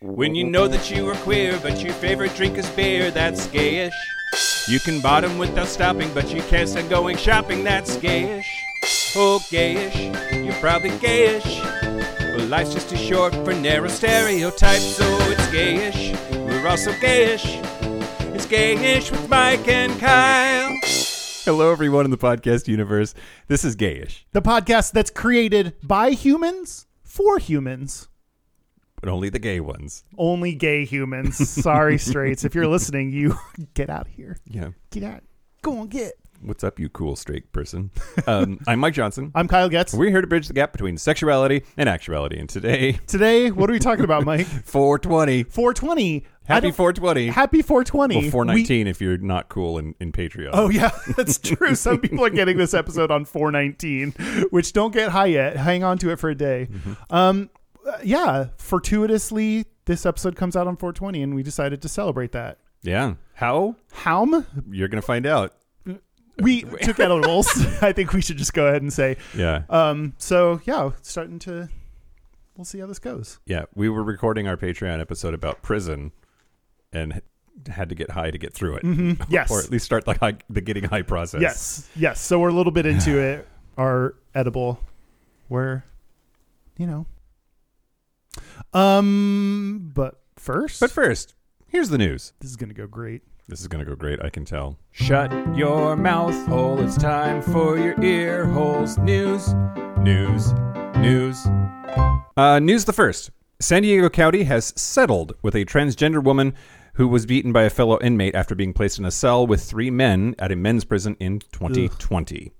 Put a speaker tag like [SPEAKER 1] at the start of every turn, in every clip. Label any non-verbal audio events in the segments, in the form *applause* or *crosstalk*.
[SPEAKER 1] When you know that you are queer, but your favorite drink is beer, that's gayish. You can bottom without stopping, but you can't stand going shopping, that's gayish. Oh, gayish, you're probably gayish. Well, life's just too short for narrow stereotypes, so it's gayish. We're also gayish. It's gayish with Mike and Kyle. Hello, everyone in the podcast universe. This is gayish,
[SPEAKER 2] The podcast that's created by humans for humans.
[SPEAKER 1] but only the gay ones.
[SPEAKER 2] Only gay humans. *laughs* Sorry, straights. If you're listening, you *laughs* get out of here.
[SPEAKER 1] Yeah.
[SPEAKER 2] Get out. Go on, get.
[SPEAKER 1] What's up, you cool straight *laughs* person? Um, I'm Mike Johnson.
[SPEAKER 2] I'm Kyle Getz.
[SPEAKER 1] We're here to bridge the gap between sexuality and actuality. And today, *laughs*
[SPEAKER 2] Today, what are we talking about, Mike?
[SPEAKER 1] 420.
[SPEAKER 2] 420. I
[SPEAKER 1] Happy
[SPEAKER 2] don't-
[SPEAKER 1] 420.
[SPEAKER 2] Happy 420.
[SPEAKER 1] well,
[SPEAKER 2] We-
[SPEAKER 1] 419 if you're not cool in, in Patreon.
[SPEAKER 2] Oh yeah, *laughs* that's true. Some people are getting this episode on 419, which don't get high yet. Hang on to it for a day.
[SPEAKER 1] Mm-hmm.
[SPEAKER 2] Um, uh, yeah, fortuitously, this episode comes out on 420, and we decided to celebrate that.
[SPEAKER 1] Yeah. How?
[SPEAKER 2] Howm?
[SPEAKER 1] You're going to find out. *laughs*
[SPEAKER 2] We took edibles. I think we should just go ahead and say.
[SPEAKER 1] Yeah.
[SPEAKER 2] Um, so yeah, starting to. We'll see how this goes.
[SPEAKER 1] yeah. We were recording our Patreon episode about prison and h- had to get high to get through it.
[SPEAKER 2] Yes.
[SPEAKER 1] or at least start the, high, the getting high process.
[SPEAKER 2] Mm-hmm. Yes. Yes. So we're a little
[SPEAKER 1] *sighs*
[SPEAKER 2] bit into it. Our edible, where, you know. Um, but first,
[SPEAKER 1] But first, here's the news.
[SPEAKER 2] this is gonna go great.
[SPEAKER 1] This is going to go great, I can tell. Shut your mouth hole. It's time for your ear holes. News, news, news. Uh, news the first. San Diego County has settled with a transgender woman who was beaten by a fellow inmate after being placed in a cell with three men at a men's prison in 2020.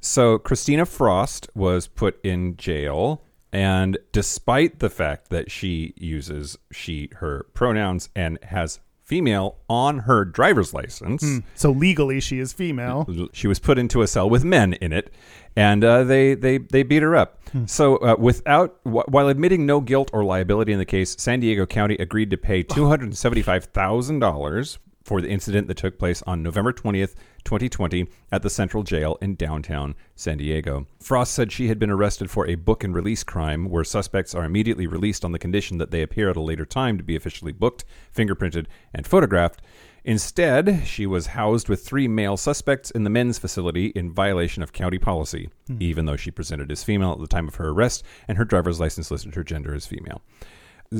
[SPEAKER 1] So Christina Frost was put in jail, and despite the fact that she uses she, her pronouns and has female on her driver's license,
[SPEAKER 2] So legally, she
[SPEAKER 1] *laughs*
[SPEAKER 2] is female.
[SPEAKER 1] she was put into a cell with men in it, and uh, they they they beat her up. So uh, without wh- while admitting no guilt or liability in the case, San Diego County agreed to pay two hundred seventy five thousand dollars for the incident that took place on November twentieth, twenty twenty, at the Central Jail in downtown San Diego. Frost said she had been arrested for a book and release crime, where suspects are immediately released on the condition that they appear at a later time to be officially booked, fingerprinted, and photographed. Instead, she was housed with three male suspects in the men's facility in violation of county policy, even though she presented as female at the time of her arrest and her driver's license listed her gender as female.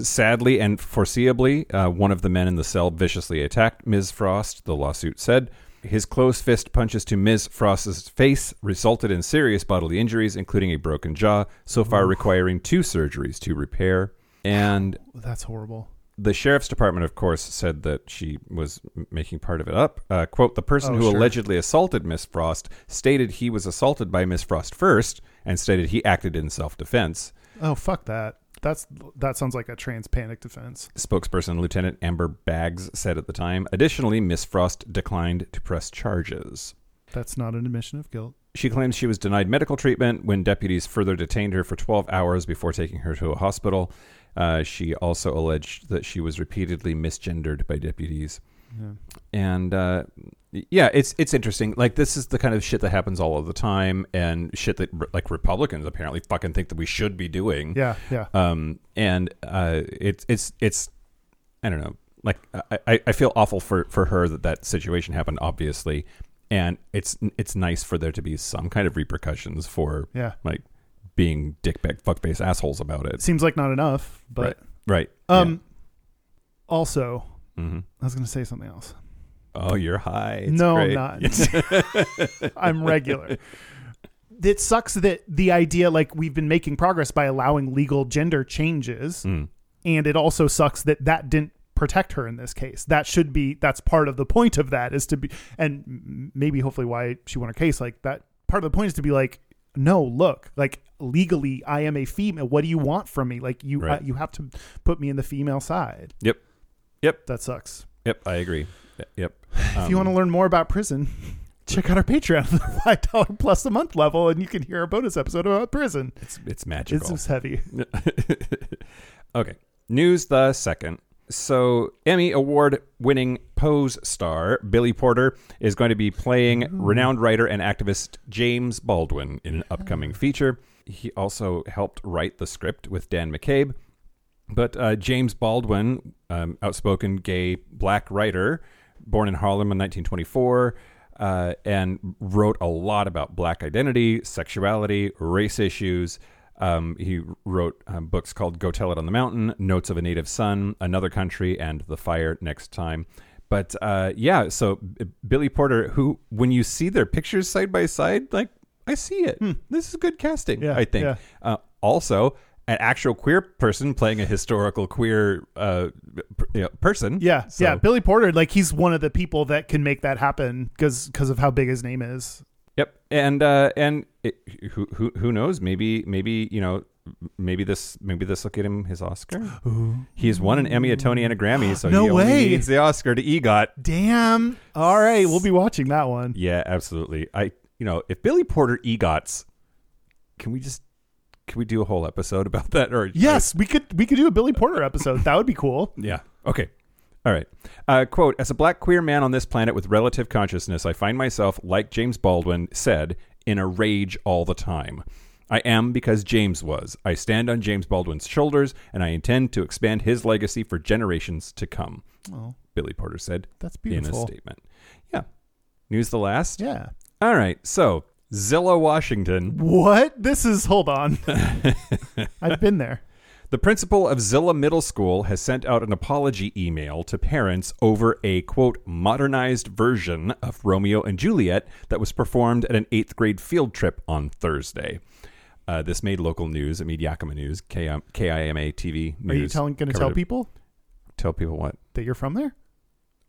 [SPEAKER 1] Sadly and foreseeably, uh, one of the men in the cell viciously attacked Ms. Frost, the lawsuit said. His closed fist punches to Ms. Frost's face resulted in serious bodily injuries, including a broken jaw, so far requiring two surgeries to repair. And
[SPEAKER 2] That's horrible.
[SPEAKER 1] the sheriff's department, of course, said that she was m- making part of it up. Uh, quote: The person
[SPEAKER 2] Oh,
[SPEAKER 1] who
[SPEAKER 2] sure.
[SPEAKER 1] allegedly assaulted Miss Frost stated he was assaulted by Miss Frost first, and stated he acted in self-defense.
[SPEAKER 2] Oh fuck that. That's that sounds like a trans panic defense.
[SPEAKER 1] Spokesperson Lieutenant Amber Baggs said at the time. Additionally, Miss Frost declined to press charges.
[SPEAKER 2] That's not an admission of guilt.
[SPEAKER 1] She claims she was denied medical treatment when deputies further detained her for 12 hours before taking her to a hospital. Uh, she also alleged that she was repeatedly misgendered by deputies. And uh, yeah, it's it's interesting. Like this is the kind of shit that happens all of the time, and shit that like Republicans apparently fucking think that we should be doing
[SPEAKER 2] Yeah, yeah.
[SPEAKER 1] um, and uh, it's it's it's I don't know. Like I- I, I feel awful for, for her that that situation happened, obviously, and it's it's nice for there to be some kind of repercussions for
[SPEAKER 2] Yeah.
[SPEAKER 1] like being dickbag fuckface assholes about
[SPEAKER 2] It
[SPEAKER 1] it.
[SPEAKER 2] seems like not enough, but
[SPEAKER 1] right.
[SPEAKER 2] um also,
[SPEAKER 1] hmm
[SPEAKER 2] I was going to say something else.
[SPEAKER 1] Oh, you're high. It's
[SPEAKER 2] no,
[SPEAKER 1] great. *laughs*
[SPEAKER 2] I'm not. *laughs* I'm regular. It sucks that the idea like we've been making progress by allowing legal gender changes
[SPEAKER 1] Mm.
[SPEAKER 2] and it also sucks that that didn't protect her in this case that should be that's part of the point of that is to be and m- maybe hopefully why she won her case like that part of the point is to be like no look like legally i am a female what do you want from me like you
[SPEAKER 1] Right.
[SPEAKER 2] uh, you have to put me in the female side
[SPEAKER 1] Yep. Yep. Um,
[SPEAKER 2] that sucks
[SPEAKER 1] Yep. I agree. Yep.
[SPEAKER 2] if you want to learn more about prison, *laughs* check out our Patreon, the *laughs* five dollar plus a month level, and you can hear our bonus episode about prison.
[SPEAKER 1] it's it's magical.
[SPEAKER 2] It's just heavy.
[SPEAKER 1] okay. News the second. So, Emmy Award winning Pose star Billy Porter is going to be playing renowned writer and activist James Baldwin in an upcoming feature. He also helped write the script with Dan McCabe. But uh, James Baldwin, um, outspoken gay black writer, born in Harlem in 1924, uh, and wrote a lot about black identity, sexuality, race issues. Um, he wrote um, books called Go Tell It on the Mountain, Notes of a Native Son, Another Country, and The Fire Next Time. But uh, yeah, so B- Billy Porter, who, when you see their pictures side by side, like, I see it. This is good casting,
[SPEAKER 2] Hmm. Yeah,
[SPEAKER 1] I think.
[SPEAKER 2] yeah.
[SPEAKER 1] Uh, also, an actual queer person playing a historical queer uh, per- you know, person.
[SPEAKER 2] Yeah,
[SPEAKER 1] So-
[SPEAKER 2] yeah. Billy Porter, like he's one of the people that can make that happen because of how big his name is.
[SPEAKER 1] Yep, and uh, and it, who who who knows? Maybe maybe you know maybe this maybe this will get him his
[SPEAKER 2] *gasps*
[SPEAKER 1] Oscar. He's won an Emmy, a Tony, and a Grammy, so
[SPEAKER 2] No
[SPEAKER 1] he only
[SPEAKER 2] way.
[SPEAKER 1] needs the Oscar to EGOT.
[SPEAKER 2] Damn. All right, we'll be watching that one.
[SPEAKER 1] Yeah, absolutely. I you know if Billy Porter EGOTs, can we just can we do a whole episode about that? Or
[SPEAKER 2] Yes, we could we could do a Billy Porter episode. That would be cool. *laughs*
[SPEAKER 1] Yeah. Okay. All right. Uh, quote As a black queer man on this planet with relative consciousness, I find myself, like James Baldwin said, in a rage all the time. I am because James was. I stand on James Baldwin's shoulders, and I intend to expand his legacy for generations to come.
[SPEAKER 2] Oh,
[SPEAKER 1] Billy Porter said
[SPEAKER 2] that's
[SPEAKER 1] in a
[SPEAKER 2] beautiful.
[SPEAKER 1] statement. Yeah. News the last.
[SPEAKER 2] Yeah.
[SPEAKER 1] All right. So, Zillow, Washington.
[SPEAKER 2] What? This is
[SPEAKER 1] *laughs*
[SPEAKER 2] hold on. I've been there.
[SPEAKER 1] The principal of Zilla Middle School has sent out an apology email to parents over a quote modernized version of Romeo and Juliet that was performed at an eighth grade field trip on Thursday. Uh, this made local news. It made Yakima News, KIMA TV
[SPEAKER 2] Are
[SPEAKER 1] News.
[SPEAKER 2] you telling going to
[SPEAKER 1] covered
[SPEAKER 2] tell
[SPEAKER 1] it.
[SPEAKER 2] people
[SPEAKER 1] Tell people what?
[SPEAKER 2] that you're from there?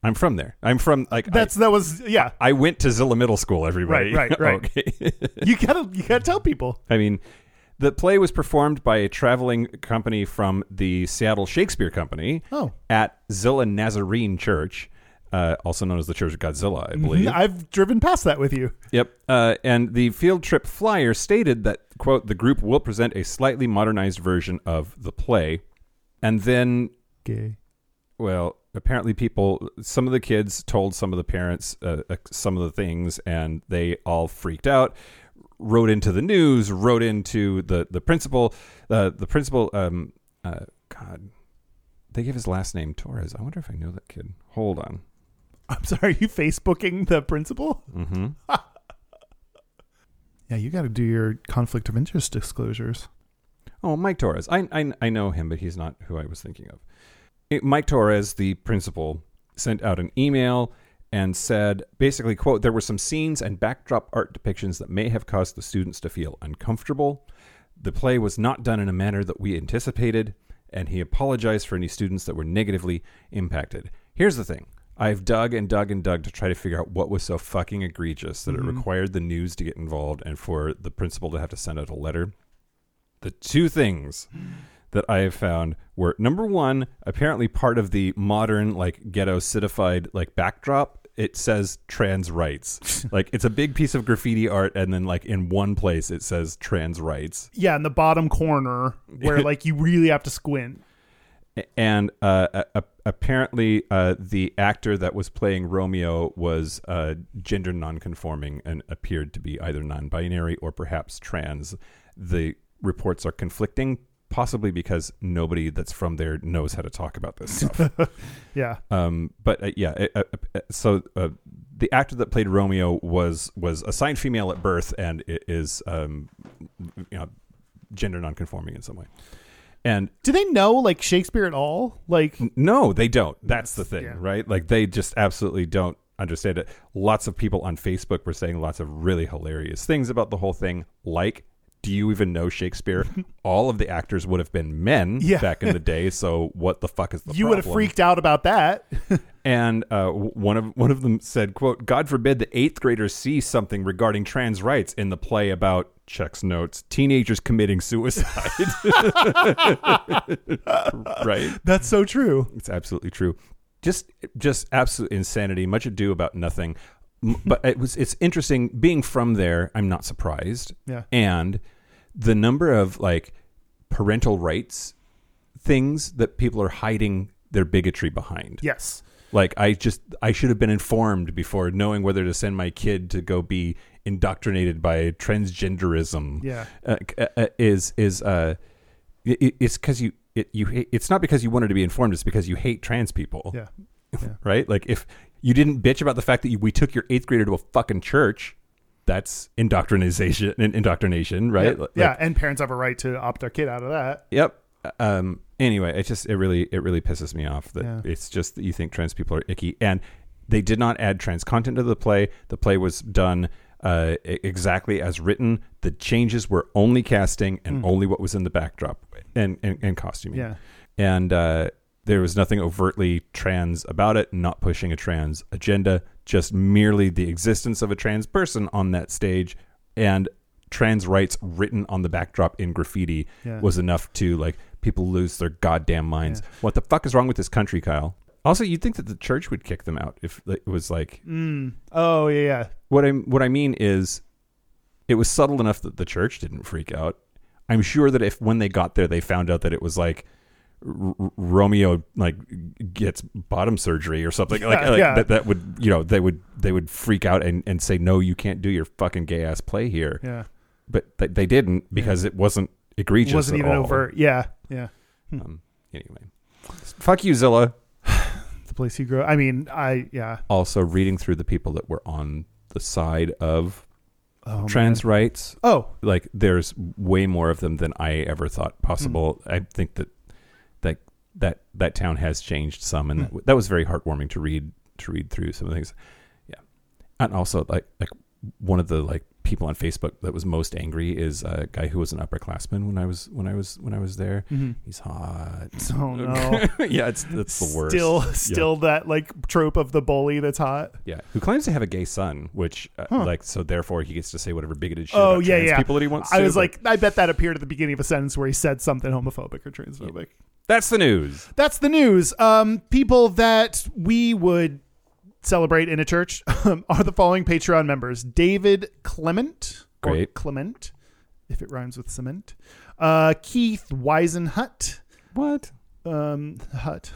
[SPEAKER 1] I'm from there. I'm from like
[SPEAKER 2] That's that was yeah.
[SPEAKER 1] I, I went to Zilla Middle School. Everybody,
[SPEAKER 2] Right, right, right.
[SPEAKER 1] *laughs* okay.
[SPEAKER 2] You gotta you gotta tell people.
[SPEAKER 1] I mean, the play was performed by a traveling company from the Seattle Shakespeare Company.
[SPEAKER 2] Oh.
[SPEAKER 1] at Zilla Nazarene Church, uh, also known as the Church of Godzilla, I
[SPEAKER 2] Mm-hmm.
[SPEAKER 1] believe.
[SPEAKER 2] I've driven past that with you.
[SPEAKER 1] Yep. Uh, and the field trip flyer stated that, quote, the group will present a slightly modernized version of the play. And then,
[SPEAKER 2] Gay.
[SPEAKER 1] well, apparently people, some of the kids told some of the parents uh, uh, some of the things, and they all freaked out. Wrote into the news. Wrote into the the principal. Uh, the principal. Um, uh, God, they gave his last name Torres. I wonder if I know that kid. Hold on.
[SPEAKER 2] I'm sorry, are you Facebooking the principal?
[SPEAKER 1] Mm-hmm.
[SPEAKER 2] Yeah, you gotta do your conflict of interest disclosures.
[SPEAKER 1] Oh, Mike Torres. I, I, I know him, but he's not who I was thinking of. It- Mike Torres, the principal, sent out an email and said basically, quote, there were some scenes and backdrop art depictions that may have caused the students to feel uncomfortable. The play was not done in a manner that we anticipated, and he apologized for any students that were negatively impacted. Here's the thing. I've dug and dug and dug to try to figure out what was so fucking egregious that it required the news to get involved and for the principal to have to send out a letter the two things that I have found were number one, apparently part of the modern like ghetto citified like backdrop. It says trans rights. like it's a big piece of graffiti art, and then like in one place it says trans rights.
[SPEAKER 2] Yeah, in the bottom corner
[SPEAKER 1] *laughs*
[SPEAKER 2] where like you really have to squint.
[SPEAKER 1] A- And uh, a- a- apparently, uh, the actor that was playing Romeo was uh, gender nonconforming and appeared to be either non-binary or perhaps trans. The reports are conflicting, possibly because nobody that's from there knows how to talk about this stuff.
[SPEAKER 2] Yeah.
[SPEAKER 1] Um, but uh, yeah, uh, uh, uh, so uh, the actor that played Romeo was was assigned female at birth and i- is um, you know gender nonconforming in some way. And
[SPEAKER 2] Do they know like Shakespeare at all? Like
[SPEAKER 1] n- no, they don't. That's the thing,
[SPEAKER 2] yeah.
[SPEAKER 1] right? Like they just absolutely don't understand it. Lots of people on Facebook were saying lots of really hilarious things about the whole thing, like. Do you even know
[SPEAKER 2] *laughs*
[SPEAKER 1] Shakespeare? All of the actors would have been men
[SPEAKER 2] Yeah.
[SPEAKER 1] back
[SPEAKER 2] *laughs*
[SPEAKER 1] in the day, so what the fuck is the
[SPEAKER 2] you would
[SPEAKER 1] problem?
[SPEAKER 2] have freaked out about that.
[SPEAKER 1] and uh, w- one of one of them said, "quote God forbid the eighth graders see something regarding trans rights in the play about checks notes teenagers committing suicide." *laughs* right,
[SPEAKER 2] *laughs* That's so true.
[SPEAKER 1] it's absolutely true. Just just absolute insanity. Much ado about nothing. M- But it was it's interesting being from there. I'm not surprised
[SPEAKER 2] Yeah.
[SPEAKER 1] and the number of like parental rights things that people are hiding their bigotry behind.
[SPEAKER 2] Yes.
[SPEAKER 1] Like I just I should have been informed before knowing whether to send my kid to go be indoctrinated by transgenderism.
[SPEAKER 2] Yeah.
[SPEAKER 1] Uh, c- uh, uh, is is uh i- i- it's cuz you it you hate, it's not because you wanted to be informed. It's because you hate trans people.
[SPEAKER 2] Yeah.
[SPEAKER 1] Right. Like if you didn't bitch about the fact that you, we took your eighth grader to a fucking church, that's indoctrination. Indoctrination. Right.
[SPEAKER 2] Yeah.
[SPEAKER 1] Like-
[SPEAKER 2] yeah, and parents have a right to opt their kid out of that.
[SPEAKER 1] Yep. Um, anyway, it just it really it really pisses me off that
[SPEAKER 2] Yeah.
[SPEAKER 1] it's just that you think trans people are icky, and they did not add trans content to the play. The play was done uh, e- exactly as written. The changes were only casting and only what was in the backdrop and and, and costuming.
[SPEAKER 2] Mm. Yeah.
[SPEAKER 1] And uh, there was nothing overtly trans about it. Not pushing a trans agenda. Just merely the existence of a trans person on that stage and trans rights written on the backdrop in graffiti
[SPEAKER 2] Yeah.
[SPEAKER 1] was enough to like people lose their goddamn minds. What the fuck is wrong with this country, Kyle? Also, you'd think that the church would kick them out if it was like
[SPEAKER 2] Mm. Oh yeah, yeah.
[SPEAKER 1] what I what I mean is it was subtle enough that the church didn't freak out. I'm sure that if when they got there they found out that it was like R- R- Romeo like gets bottom surgery or something like,
[SPEAKER 2] Yeah,
[SPEAKER 1] like
[SPEAKER 2] yeah.
[SPEAKER 1] that that would you know they would they would freak out and, and say no you can't do your fucking gay ass play here
[SPEAKER 2] Yeah.
[SPEAKER 1] but they, they didn't because it wasn't egregious
[SPEAKER 2] wasn't
[SPEAKER 1] at
[SPEAKER 2] even
[SPEAKER 1] all.
[SPEAKER 2] overt. Yeah. Yeah.
[SPEAKER 1] Um, anyway, fuck you, Zilla.
[SPEAKER 2] The place you grow. I mean, I yeah.
[SPEAKER 1] Also, reading through the people that were on the side of
[SPEAKER 2] Oh, man.
[SPEAKER 1] trans rights,
[SPEAKER 2] Oh,
[SPEAKER 1] like there's way more of them than I ever thought possible.
[SPEAKER 2] Mm-hmm.
[SPEAKER 1] I think that that that that town has changed some, and
[SPEAKER 2] Hmm.
[SPEAKER 1] that that, that was very heartwarming to read to read through some of the things. Yeah, and also like like one of the like people on Facebook that was most angry is a guy who was an upperclassman when I was when I was when I was there.
[SPEAKER 2] Mhm.
[SPEAKER 1] He's hot.
[SPEAKER 2] *laughs* Oh, no.
[SPEAKER 1] *laughs* yeah, it's that's the worst.
[SPEAKER 2] Still, still that like trope of the bully that's hot.
[SPEAKER 1] Yeah, who claims to have a gay son, which uh,
[SPEAKER 2] Huh.
[SPEAKER 1] like so therefore he gets to say whatever bigoted shit
[SPEAKER 2] Oh,
[SPEAKER 1] about
[SPEAKER 2] yeah,
[SPEAKER 1] trans
[SPEAKER 2] yeah.
[SPEAKER 1] people that he wants.
[SPEAKER 2] I
[SPEAKER 1] to,
[SPEAKER 2] was
[SPEAKER 1] but
[SPEAKER 2] like, I bet that appeared at the beginning of a sentence where he said something homophobic or transphobic.
[SPEAKER 1] that's the news.
[SPEAKER 2] That's the news. Um, people that we would celebrate in a church *laughs* um, are the following Patreon members: David Clement, or
[SPEAKER 1] Great.
[SPEAKER 2] Clement, if it rhymes with cement. Uh, Keith Weisenhut,
[SPEAKER 1] What?
[SPEAKER 2] um, Hut,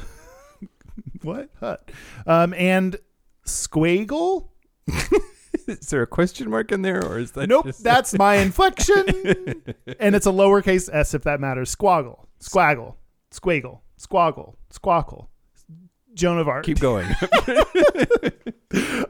[SPEAKER 2] *laughs* what Hut, um, and Squaggle.
[SPEAKER 1] Is there a question mark in there, or is that
[SPEAKER 2] Nope,
[SPEAKER 1] just- *laughs*
[SPEAKER 2] that's my inflection. and it's a lowercase s if that matters. Squaggle, squaggle, squaggle, squaggle, squawkle. Joan of Arc.
[SPEAKER 1] keep
[SPEAKER 2] *laughs*
[SPEAKER 1] going?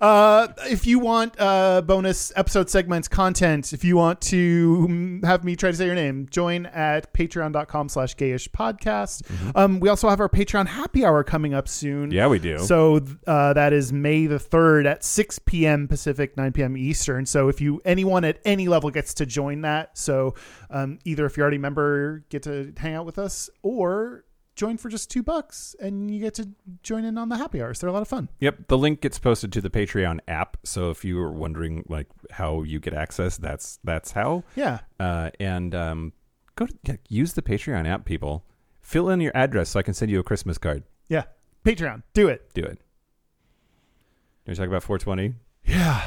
[SPEAKER 2] Uh, if you want uh, bonus episode segments content, if you want to mm, have me try to say your name, join at patreon.com slash gayish podcast.
[SPEAKER 1] Mm-hmm.
[SPEAKER 2] Um, we also have our Patreon happy hour coming up soon.
[SPEAKER 1] yeah, we do.
[SPEAKER 2] So th- uh, that is May the third at six p.m. Pacific, nine p.m. Eastern. So if you anyone at any level gets to join that, so um, either if you're already a member, get to hang out with us, or join for just two bucks and you get to join in on the happy hours. They're a lot of fun.
[SPEAKER 1] yep, the link gets posted to the Patreon app. So if you were wondering like how you get access, that's that's how.
[SPEAKER 2] Yeah,
[SPEAKER 1] Uh, and um, go to, yeah, use the Patreon app, people. Fill in your address so I can send you a Christmas card.
[SPEAKER 2] yeah. Patreon, do it.
[SPEAKER 1] Do it. You want to talk about 420?
[SPEAKER 2] Yeah.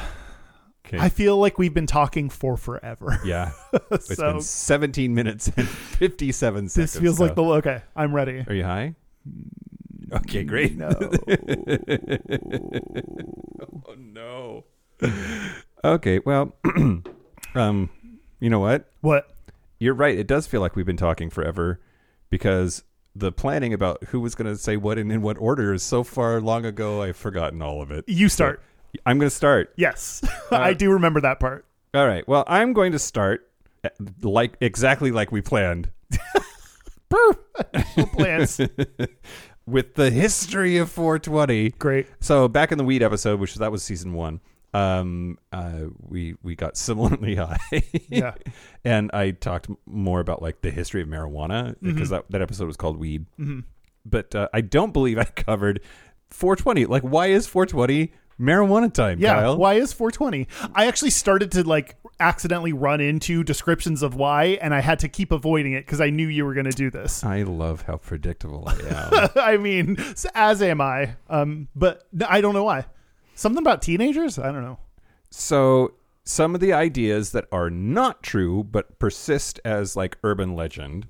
[SPEAKER 1] Okay.
[SPEAKER 2] I feel like we've been talking for forever.
[SPEAKER 1] *laughs*
[SPEAKER 2] *laughs*
[SPEAKER 1] yeah. It's
[SPEAKER 2] so
[SPEAKER 1] been 17 minutes and *laughs* 57 seconds.
[SPEAKER 2] this feels
[SPEAKER 1] so-
[SPEAKER 2] like the Mm, okay. I'm ready.
[SPEAKER 1] Are you high? Okay, great. *laughs*
[SPEAKER 2] No.
[SPEAKER 1] Oh no. okay, well, *clears throat* um, you know what?
[SPEAKER 2] what?
[SPEAKER 1] You're right. It does feel like we've been talking forever because the planning about who was going to say what and in what order is so far long ago. I've forgotten all of it.
[SPEAKER 2] You start.
[SPEAKER 1] So, I'm going to start.
[SPEAKER 2] Yes, *laughs* I do remember
[SPEAKER 1] *laughs*
[SPEAKER 2] that part.
[SPEAKER 1] All right. Well, I'm going to start uh, like exactly like we planned
[SPEAKER 2] Plants.
[SPEAKER 1] with the history of 420. *laughs*
[SPEAKER 2] Great.
[SPEAKER 1] So back in the weed episode, which that was season one, um, uh, we we got similarly *laughs* high.
[SPEAKER 2] Yeah.
[SPEAKER 1] and I talked m- more about like the history of marijuana
[SPEAKER 2] Mm-hmm.
[SPEAKER 1] because that, that episode was called Weed. But uh, I don't believe I *laughs* covered 420. Like, why is 420 marijuana time,
[SPEAKER 2] Yeah.
[SPEAKER 1] Kyle?
[SPEAKER 2] Why is 420? I actually started to like accidentally run into descriptions of why, and I had to keep avoiding it because I knew you were going to do this. *laughs*
[SPEAKER 1] I love how predictable I am.
[SPEAKER 2] I mean, s- as am I. Um, but no, I don't know why. Something about teenagers? I don't know.
[SPEAKER 1] so some of the ideas that are not true but persist as like urban legend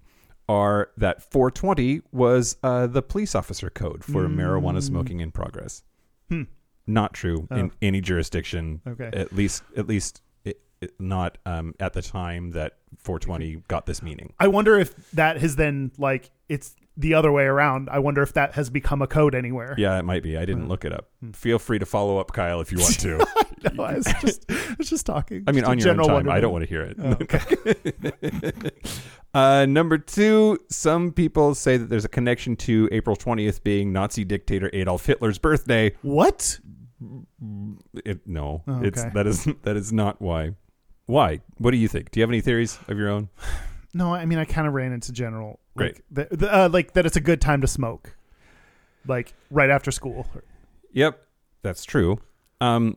[SPEAKER 1] are that 420 was uh, the police officer code for
[SPEAKER 2] Mm.
[SPEAKER 1] marijuana smoking in progress.
[SPEAKER 2] Hmm.
[SPEAKER 1] Not true
[SPEAKER 2] Oh.
[SPEAKER 1] in any jurisdiction.
[SPEAKER 2] Okay.
[SPEAKER 1] *laughs* At least, at least. It, it- not um, at the time that 420 got this meaning.
[SPEAKER 2] I wonder if that has then like it's the other way around. I wonder if that has become a code anywhere. *laughs*
[SPEAKER 1] Yeah, it might be. I didn't look it up.
[SPEAKER 2] Hmm.
[SPEAKER 1] Feel free to follow up, Kyle, if you want
[SPEAKER 2] *laughs*
[SPEAKER 1] to.
[SPEAKER 2] No, I was just, I was just talking.
[SPEAKER 1] I mean,
[SPEAKER 2] Just a
[SPEAKER 1] on your own
[SPEAKER 2] general
[SPEAKER 1] time.
[SPEAKER 2] wonder
[SPEAKER 1] I don't
[SPEAKER 2] woman.
[SPEAKER 1] want to hear it.
[SPEAKER 2] Oh, okay. *laughs*
[SPEAKER 1] *laughs* Uh, number two, some people say that there's a connection to April 20th being Nazi dictator Adolf Hitler's birthday.
[SPEAKER 2] what?
[SPEAKER 1] It, no,
[SPEAKER 2] Oh,
[SPEAKER 1] it's
[SPEAKER 2] okay.
[SPEAKER 1] that is *laughs* that is not why. Why? What do you think? Do you have any theories of your own?
[SPEAKER 2] No, I mean I kind of ran into general
[SPEAKER 1] Great.
[SPEAKER 2] like the, the, uh, like that it's a good time to smoke, like right after school.
[SPEAKER 1] Yep, that's true. Um,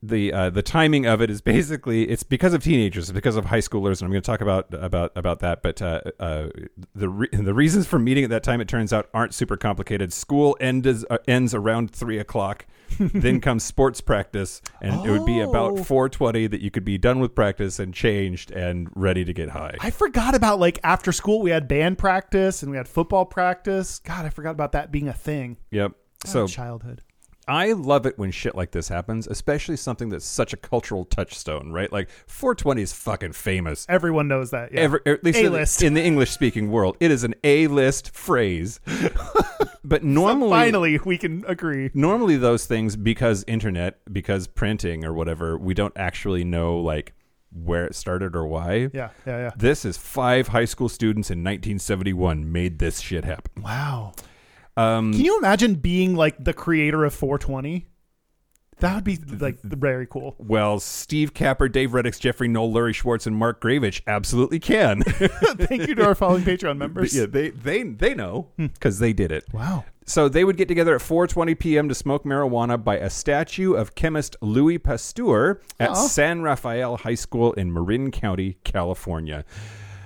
[SPEAKER 1] the uh, the timing of it is *laughs* basically it's because of teenagers, it's because of high schoolers, and I'm going to talk about about about that. But uh, uh, the re- the reasons for meeting at that time, it turns out, aren't super complicated. School ends uh, ends around three
[SPEAKER 2] *laughs*
[SPEAKER 1] o'clock. then comes sports practice, and it would be about
[SPEAKER 2] Oh.
[SPEAKER 1] four twenty that you could be done with practice and changed and ready to get high.
[SPEAKER 2] I forgot about like after school we had band practice and we had football practice. God, I forgot about that being a thing.
[SPEAKER 1] Yep.
[SPEAKER 2] Ah,
[SPEAKER 1] So
[SPEAKER 2] childhood.
[SPEAKER 1] I love it when shit like this happens, especially something that's such a cultural touchstone, right? Like 420 is fucking famous.
[SPEAKER 2] Everyone knows that. Yeah.
[SPEAKER 1] Every, at least in the-
[SPEAKER 2] A-list.
[SPEAKER 1] in the English speaking world, it is an A list
[SPEAKER 2] *laughs*
[SPEAKER 1] phrase. but normally,
[SPEAKER 2] Finally, we can agree.
[SPEAKER 1] normally those things, because internet, because printing or whatever, we don't actually know like where it started or why.
[SPEAKER 2] Yeah, yeah, yeah.
[SPEAKER 1] This is five high school students in 1971 made this shit happen.
[SPEAKER 2] Wow.
[SPEAKER 1] Um,
[SPEAKER 2] Can you imagine being like the creator of 420? That would
[SPEAKER 1] *laughs*
[SPEAKER 2] be like very cool. *laughs*
[SPEAKER 1] well, Steve Capper, Dave Reddix, Jeffrey Noel, Larry Schwartz, and Mark Gravich absolutely can. *laughs*
[SPEAKER 2] Thank you to our following Patreon members.
[SPEAKER 1] Yeah, they they they know because they did it.
[SPEAKER 2] Wow.
[SPEAKER 1] So they would get together at 4:20 p.m. to smoke marijuana by a statue of chemist Louis Pasteur at
[SPEAKER 2] Oh.
[SPEAKER 1] San Rafael High School in Marin County, California.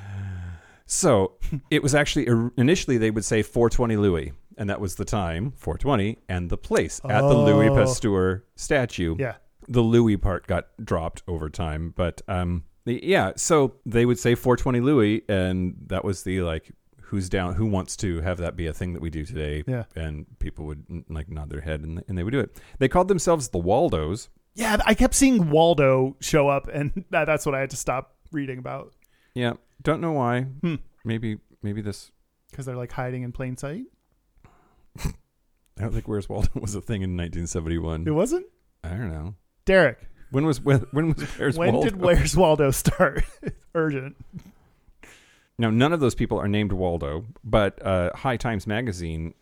[SPEAKER 2] *laughs*
[SPEAKER 1] So it was actually initially they would say 4:20 Louis, and that was the time 4:20 and the place at the Louis
[SPEAKER 2] Oh.
[SPEAKER 1] Pasteur statue
[SPEAKER 2] Yeah.
[SPEAKER 1] the Louis part got dropped over time, but um, the- yeah. So they would say 420 Louis, and that was the like, who's down, who wants to have that be a thing that we do today?
[SPEAKER 2] Yeah.
[SPEAKER 1] and people would mm, like nod their head, and, and they would do it. They called themselves the Waldos.
[SPEAKER 2] Yeah, I kept seeing Waldo show up, and *laughs* that, that's what I had to stop reading about
[SPEAKER 1] Yeah, don't know why.
[SPEAKER 2] Hmm.
[SPEAKER 1] Maybe maybe this.
[SPEAKER 2] because they're like hiding in plain sight.
[SPEAKER 1] I don't think Where's Waldo was a thing in 1971.
[SPEAKER 2] It wasn't
[SPEAKER 1] I don't know
[SPEAKER 2] Derek.
[SPEAKER 1] when was when, when was Where's
[SPEAKER 2] when
[SPEAKER 1] Waldo?
[SPEAKER 2] did Where's Waldo start? *laughs* Urgent.
[SPEAKER 1] now none of those people are named Waldo, but uh, High Times magazine.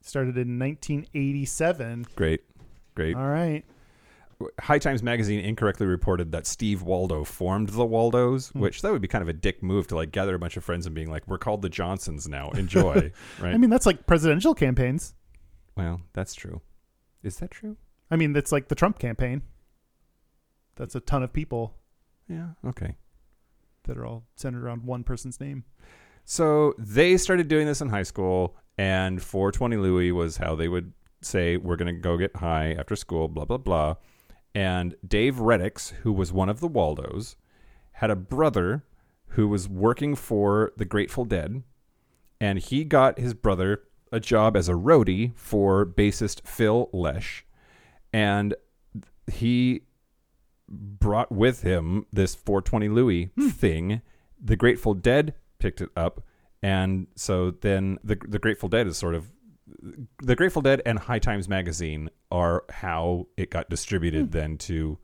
[SPEAKER 2] Started in 1987.
[SPEAKER 1] Great, great.
[SPEAKER 2] All right.
[SPEAKER 1] High Times magazine incorrectly reported that Steve Waldo formed the Waldos, which that would be kind of a dick move to like gather a bunch of friends and being like, "We're called the Johnsons now. Enjoy." right?
[SPEAKER 2] I mean, that's like presidential campaigns.
[SPEAKER 1] well, that's true. Is that true?
[SPEAKER 2] I mean, that's like the Trump campaign. That's a ton of people
[SPEAKER 1] Yeah. Okay.
[SPEAKER 2] that are all centered around one person's name.
[SPEAKER 1] So they started doing this in high school, and 420 Louis was how they would say, We're going to go get high after school, blah, blah, blah. And Dave Reddix, who was one of the Waldos, had a brother who was working for the Grateful Dead, and he got his brother a job as a roadie for bassist Phil Lesh. And he brought with him this 420 Louis thing. The Grateful Dead picked it up, and so then the the Grateful Dead is sort of the Grateful Dead and High Times magazine are how it got distributed then to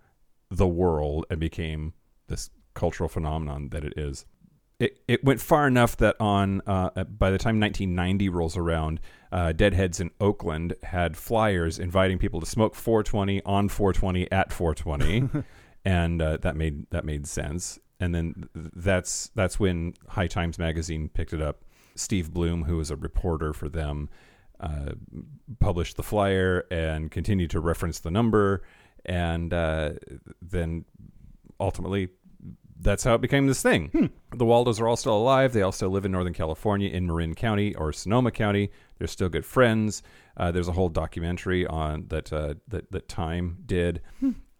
[SPEAKER 1] the world and became this cultural phenomenon that it is. It, it went far enough that on uh, by the time 1990 rolls around, uh, Deadheads in Oakland had flyers inviting people to smoke 420 on 420 at 420, and uh, that made that made sense. And then th- that's that's when High Times magazine picked it up. Steve Bloom, who was a reporter for them, uh, published the flyer and continued to reference the number, and uh, then ultimately that's how it became this thing. The Waldos are all still alive. They all still live in Northern California, in Marin County or Sonoma County. They're still good friends. Uh, there's a whole documentary on that uh, that, that Time did.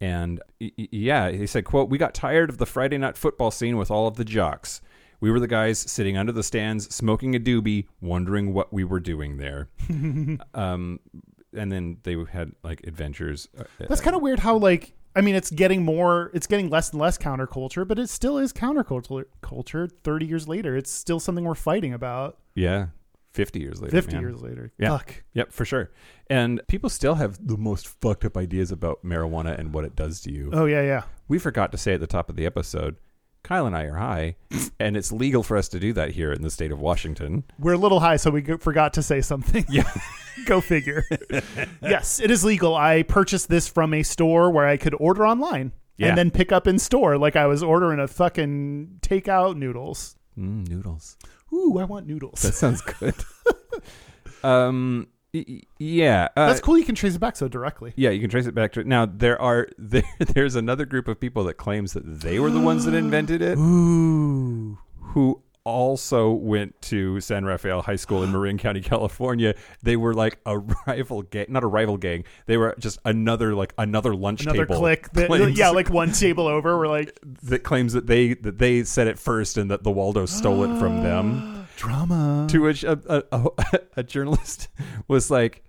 [SPEAKER 1] And y- y- yeah, he said, "quote We got tired of the Friday night football scene with all of the jocks. We were the guys sitting under the stands, smoking a doobie, wondering what we were doing there." um, and then they had like adventures. Uh,
[SPEAKER 2] That's kind of weird how like I mean it's getting more it's getting less and less counterculture, but it still is counterculture culture 30 years later. It's still something we're fighting about.
[SPEAKER 1] yeah, 50 years later.
[SPEAKER 2] 50
[SPEAKER 1] man.
[SPEAKER 2] years later.
[SPEAKER 1] Yeah.
[SPEAKER 2] Fuck.
[SPEAKER 1] Yep, for sure. And people still have the most fucked up ideas about marijuana and what it does to you.
[SPEAKER 2] Oh, yeah, yeah.
[SPEAKER 1] we forgot to say at the top of the episode, Kyle and I are high, *laughs* and it's legal for us to do that here in the state of Washington.
[SPEAKER 2] We're a little high, so we go- forgot to say something.
[SPEAKER 1] Yeah.
[SPEAKER 2] *laughs* go figure. yes, it is legal. I purchased this from a store where I could order online
[SPEAKER 1] Yeah.
[SPEAKER 2] and then pick up in store like I was ordering a fucking takeout noodles.
[SPEAKER 1] Mm, noodles.
[SPEAKER 2] Ooh, I want noodles.
[SPEAKER 1] That
[SPEAKER 2] That's,
[SPEAKER 1] sounds *laughs* good. um, y- y- yeah. Uh,
[SPEAKER 2] cool. You can trace it back so directly.
[SPEAKER 1] yeah, you can trace it back to now. There are *laughs* there, there's another group of people that claims that they were the ones that invented it,
[SPEAKER 2] Ooh.
[SPEAKER 1] who also went to San Rafael High School
[SPEAKER 2] *gasps*
[SPEAKER 1] in Marin County, California. They were like a *laughs* rival gang, not a rival gang. They were just another like another lunch
[SPEAKER 2] Another
[SPEAKER 1] table.
[SPEAKER 2] click. That,
[SPEAKER 1] claims-
[SPEAKER 2] yeah, like one table over. We're like
[SPEAKER 1] that claims that they that they said it first and that the Waldo *laughs* stole it from
[SPEAKER 2] *gasps*
[SPEAKER 1] them.
[SPEAKER 2] drama.
[SPEAKER 1] To which a, a, a, *laughs* a journalist was like,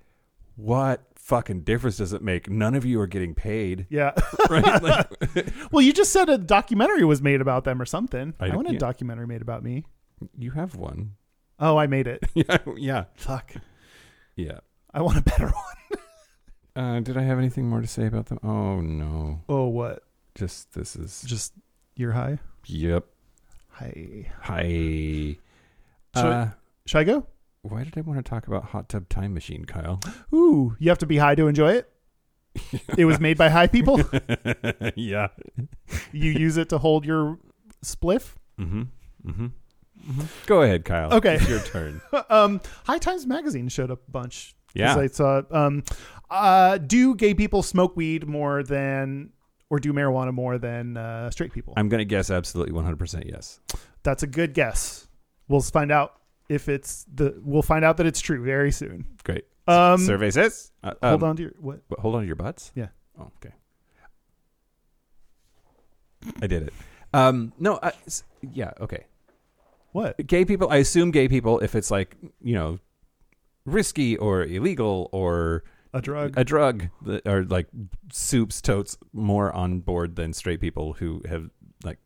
[SPEAKER 1] "What fucking difference does it make? None of you are getting paid, *laughs*
[SPEAKER 2] yeah. *laughs*
[SPEAKER 1] right?" Like,
[SPEAKER 2] well, you just said a documentary was made about them or something.
[SPEAKER 1] I
[SPEAKER 2] I,
[SPEAKER 1] don't-
[SPEAKER 2] want a
[SPEAKER 1] yeah.
[SPEAKER 2] documentary made about me.
[SPEAKER 1] you have one. *laughs*
[SPEAKER 2] Oh, I made it.
[SPEAKER 1] yeah, yeah,
[SPEAKER 2] Fuck.
[SPEAKER 1] yeah.
[SPEAKER 2] I want a better one.
[SPEAKER 1] Uh, did I have anything more to say about them? Oh no,
[SPEAKER 2] Oh, what?
[SPEAKER 1] just this is
[SPEAKER 2] Just you're high.
[SPEAKER 1] yep.
[SPEAKER 2] Hi.
[SPEAKER 1] Hi.
[SPEAKER 2] So-
[SPEAKER 1] Uh,
[SPEAKER 2] Should I go?
[SPEAKER 1] why did I want to talk about Hot Tub Time Machine, *laughs* Kyle?
[SPEAKER 2] Ooh, you have to be high to enjoy it. It was made by high *laughs* people.
[SPEAKER 1] *laughs* yeah.
[SPEAKER 2] You use it to hold your spliff.
[SPEAKER 1] Mm-hmm. Mm-hmm. Go ahead, Kyle.
[SPEAKER 2] Okay. *laughs*
[SPEAKER 1] It's your turn.
[SPEAKER 2] um, High Times magazine showed up a bunch. 'Cause
[SPEAKER 1] Yeah.
[SPEAKER 2] I saw. Um, uh, do gay people smoke weed more than, or do marijuana more than uh, straight people?
[SPEAKER 1] I'm going to guess absolutely 100% yes.
[SPEAKER 2] That's a good guess. We'll find out if it's the. We'll find out that it's true very soon.
[SPEAKER 1] Great.
[SPEAKER 2] Um,
[SPEAKER 1] Survey says. Uh, um,
[SPEAKER 2] hold on to your what?
[SPEAKER 1] wh- Hold on to your butts?
[SPEAKER 2] Yeah.
[SPEAKER 1] Oh, okay. I did it. Um, no, I s yeah, okay.
[SPEAKER 2] What?
[SPEAKER 1] Gay people, I assume gay people, if it's like, you know, risky or illegal or
[SPEAKER 2] A drug?
[SPEAKER 1] a drug, that are like soups, totes more on board than straight people who have like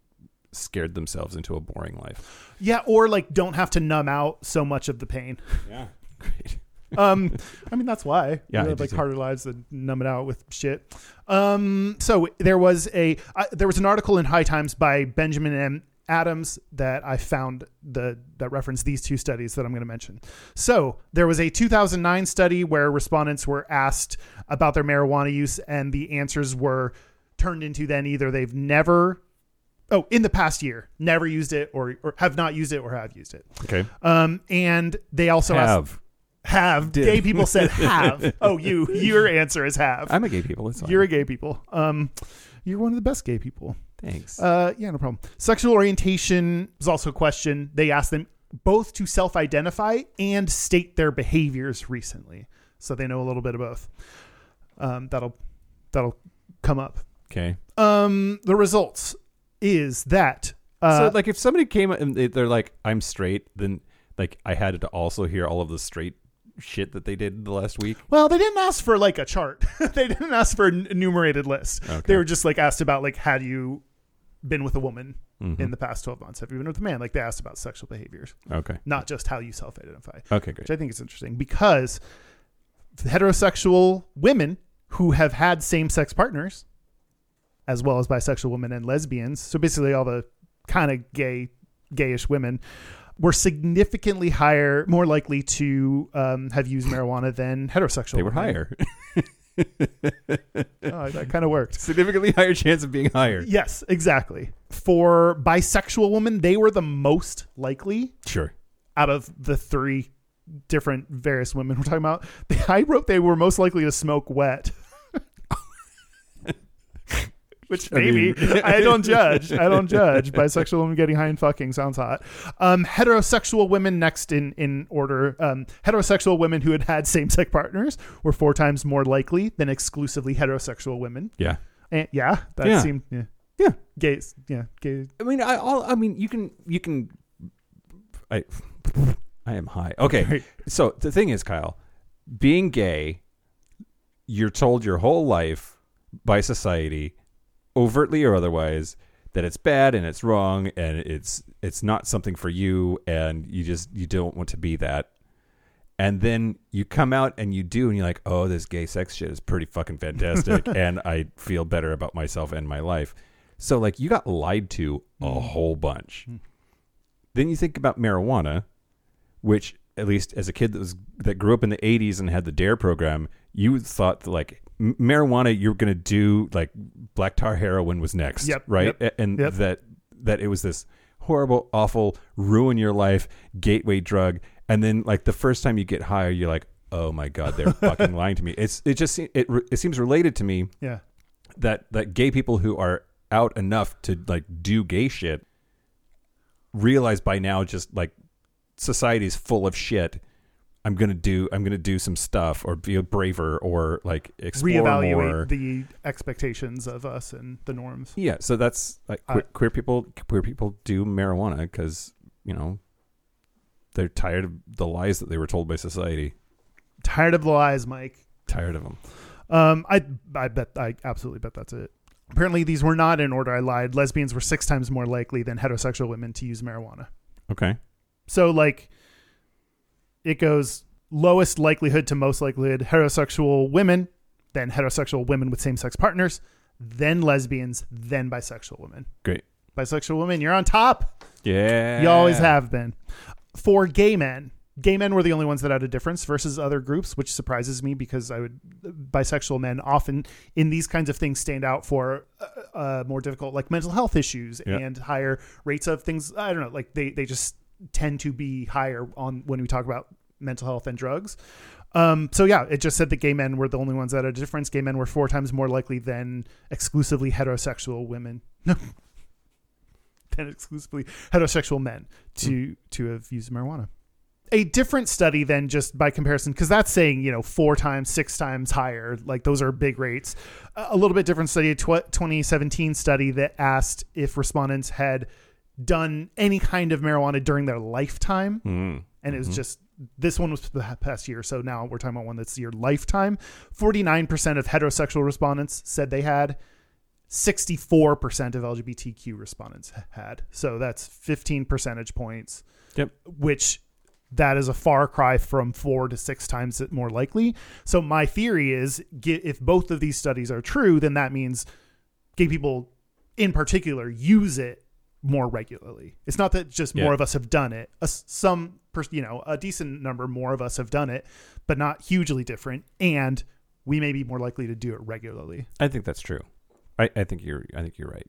[SPEAKER 1] scared themselves into a boring life.
[SPEAKER 2] yeah, or like don't have to numb out so much of the pain.
[SPEAKER 1] Yeah. Great. *laughs*
[SPEAKER 2] um, I mean, that's why
[SPEAKER 1] Yeah, I
[SPEAKER 2] we
[SPEAKER 1] do
[SPEAKER 2] live like
[SPEAKER 1] too.
[SPEAKER 2] harder lives than numb it out with shit. Um, so there was a uh, there was an article in High Times by Benjamin M. Adams that I found the that referenced these two studies that I'm going to mention. So there was a 2009 study where respondents were asked about their marijuana use, and the answers were turned into then either they've never, oh, in the past year, never used it, or, or have not used it, or have used it.
[SPEAKER 1] Okay.
[SPEAKER 2] Um, and they also asked
[SPEAKER 1] have.
[SPEAKER 2] have
[SPEAKER 1] Did.
[SPEAKER 2] gay
[SPEAKER 1] *laughs*
[SPEAKER 2] people said have oh you your answer is have
[SPEAKER 1] I'm a gay people. It's fine.
[SPEAKER 2] you're a gay people um you're one of the best gay people
[SPEAKER 1] Thanks.
[SPEAKER 2] uh yeah no problem sexual orientation is also a question they asked them both to self-identify and state their behaviors recently so they know a little bit of both um that'll that'll come up
[SPEAKER 1] okay.
[SPEAKER 2] um the results is that uh
[SPEAKER 1] so, like, if somebody came and they- they're like, "I'm straight," then like I had to also hear all of the straight shit that they did the last week.
[SPEAKER 2] Well, they didn't ask for like a chart. *laughs* they didn't ask for an enumerated list.
[SPEAKER 1] Okay.
[SPEAKER 2] They were just like asked about like had you been with a woman
[SPEAKER 1] Mhm.
[SPEAKER 2] in the past 12 months? Have you been with a man? Like they asked about sexual behaviors,
[SPEAKER 1] Okay.
[SPEAKER 2] not just how you self-identify,
[SPEAKER 1] Okay. Great.
[SPEAKER 2] which I think is interesting because heterosexual women who have had same-sex partners as well as bisexual women and lesbians, so basically all the kind of gay gayish women were significantly higher, more likely to um, have used marijuana than
[SPEAKER 1] *laughs*
[SPEAKER 2] heterosexual.
[SPEAKER 1] They were
[SPEAKER 2] women.
[SPEAKER 1] higher.
[SPEAKER 2] Oh, that kind of
[SPEAKER 1] *laughs*
[SPEAKER 2] worked.
[SPEAKER 1] Significantly higher chance of being higher.
[SPEAKER 2] Yes, exactly. For bisexual women, they were the most likely
[SPEAKER 1] Sure.
[SPEAKER 2] out of the three different various women we're talking about. I wrote they were most likely to smoke wet. *laughs* Which
[SPEAKER 1] I
[SPEAKER 2] maybe I,
[SPEAKER 1] mean-
[SPEAKER 2] don't judge. I don't judge. Bisexual women getting high and fucking sounds hot. Um, heterosexual women next in in order. Um, heterosexual women who had had same sex partners were four times more likely than exclusively heterosexual women.
[SPEAKER 1] Yeah.
[SPEAKER 2] And, yeah, that
[SPEAKER 1] Yeah.
[SPEAKER 2] seemed yeah.
[SPEAKER 1] Yeah.
[SPEAKER 2] Gay, yeah, gay.
[SPEAKER 1] I mean, I all. I mean, you can. You can. I. I am high. Okay.
[SPEAKER 2] Right.
[SPEAKER 1] So the thing is, Kyle, being gay, you're told your whole life by society, overtly or otherwise, that it's bad and it's wrong and it's it's not something for you, and you just you don't want to be that. and then you come out and you do and you're like oh this gay sex shit is pretty fucking fantastic and i feel better about myself and my life so like you got lied to a whole bunch then you think about marijuana which at least as a kid that was that grew up in the 80s and had the dare E program you thought that, like m- marijuana you're going to do like black tar heroin was next
[SPEAKER 2] Yep,
[SPEAKER 1] right
[SPEAKER 2] yep.
[SPEAKER 1] A- and
[SPEAKER 2] Yep.
[SPEAKER 1] that that it was this horrible, awful, ruin your life gateway drug. And then like the first time you get high, you're like, oh my god,
[SPEAKER 2] *laughs*
[SPEAKER 1] they're fucking lying to me. It's it just se- it re- it seems related to me
[SPEAKER 2] Yeah.
[SPEAKER 1] that that gay people who are out enough to like do gay shit realize by now just like society's full of shit. I'm gonna do. I'm gonna do some stuff, or be braver, or like explore
[SPEAKER 2] Reevaluate
[SPEAKER 1] more.
[SPEAKER 2] the expectations of us and the norms.
[SPEAKER 1] Yeah, so that's like que-
[SPEAKER 2] I-
[SPEAKER 1] queer people. Queer people do marijuana because you know they're tired of the lies that they were told by society.
[SPEAKER 2] Tired of the lies, Mike.
[SPEAKER 1] Tired of them.
[SPEAKER 2] Um, I I bet I absolutely bet that's it. Apparently, these were not in order. I lied. Lesbians were six times more likely than heterosexual women to use marijuana.
[SPEAKER 1] Okay.
[SPEAKER 2] So like, it goes lowest likelihood to most likelihood heterosexual women, then heterosexual women with same sex partners, then lesbians, then bisexual women.
[SPEAKER 1] Great.
[SPEAKER 2] Bisexual women, you're on top.
[SPEAKER 1] Yeah.
[SPEAKER 2] You always have been. For gay men, gay men were the only ones that had a difference versus other groups, which surprises me because I would bisexual men often in these kinds of things stand out for uh, uh, more difficult like mental health issues
[SPEAKER 1] Yeah.
[SPEAKER 2] and higher rates of things. I don't know, like they they just tend to be higher on when we talk about mental health and drugs. Um, so yeah, it just said that gay men were the only ones that had a difference. Gay men were four times more likely than exclusively heterosexual women. *laughs* No. than exclusively heterosexual men to to have used marijuana. A different study than just by comparison, because that's saying you know four times, six times higher. Like those are big rates. A a little bit different study, a tw- 2017 study that asked if respondents had done any kind of marijuana during their lifetime
[SPEAKER 1] Mm.
[SPEAKER 2] and it was just this one was the past year so now we're talking about one that's your lifetime 49% of heterosexual respondents said they had 64% of lgbtq respondents h- had so that's 15 percentage points
[SPEAKER 1] Yep.
[SPEAKER 2] which that is a far cry from four to six times it more likely so my theory is ge- if both of these studies are true then that means gay people in particular use it more regularly. It's not that just
[SPEAKER 1] Yeah.
[SPEAKER 2] more of us have done it. A, s- some, pers- you know, a decent number more of us have done it, but not hugely different. And we may be more likely to do it regularly.
[SPEAKER 1] I think that's true. I, I think you're. I think you're right.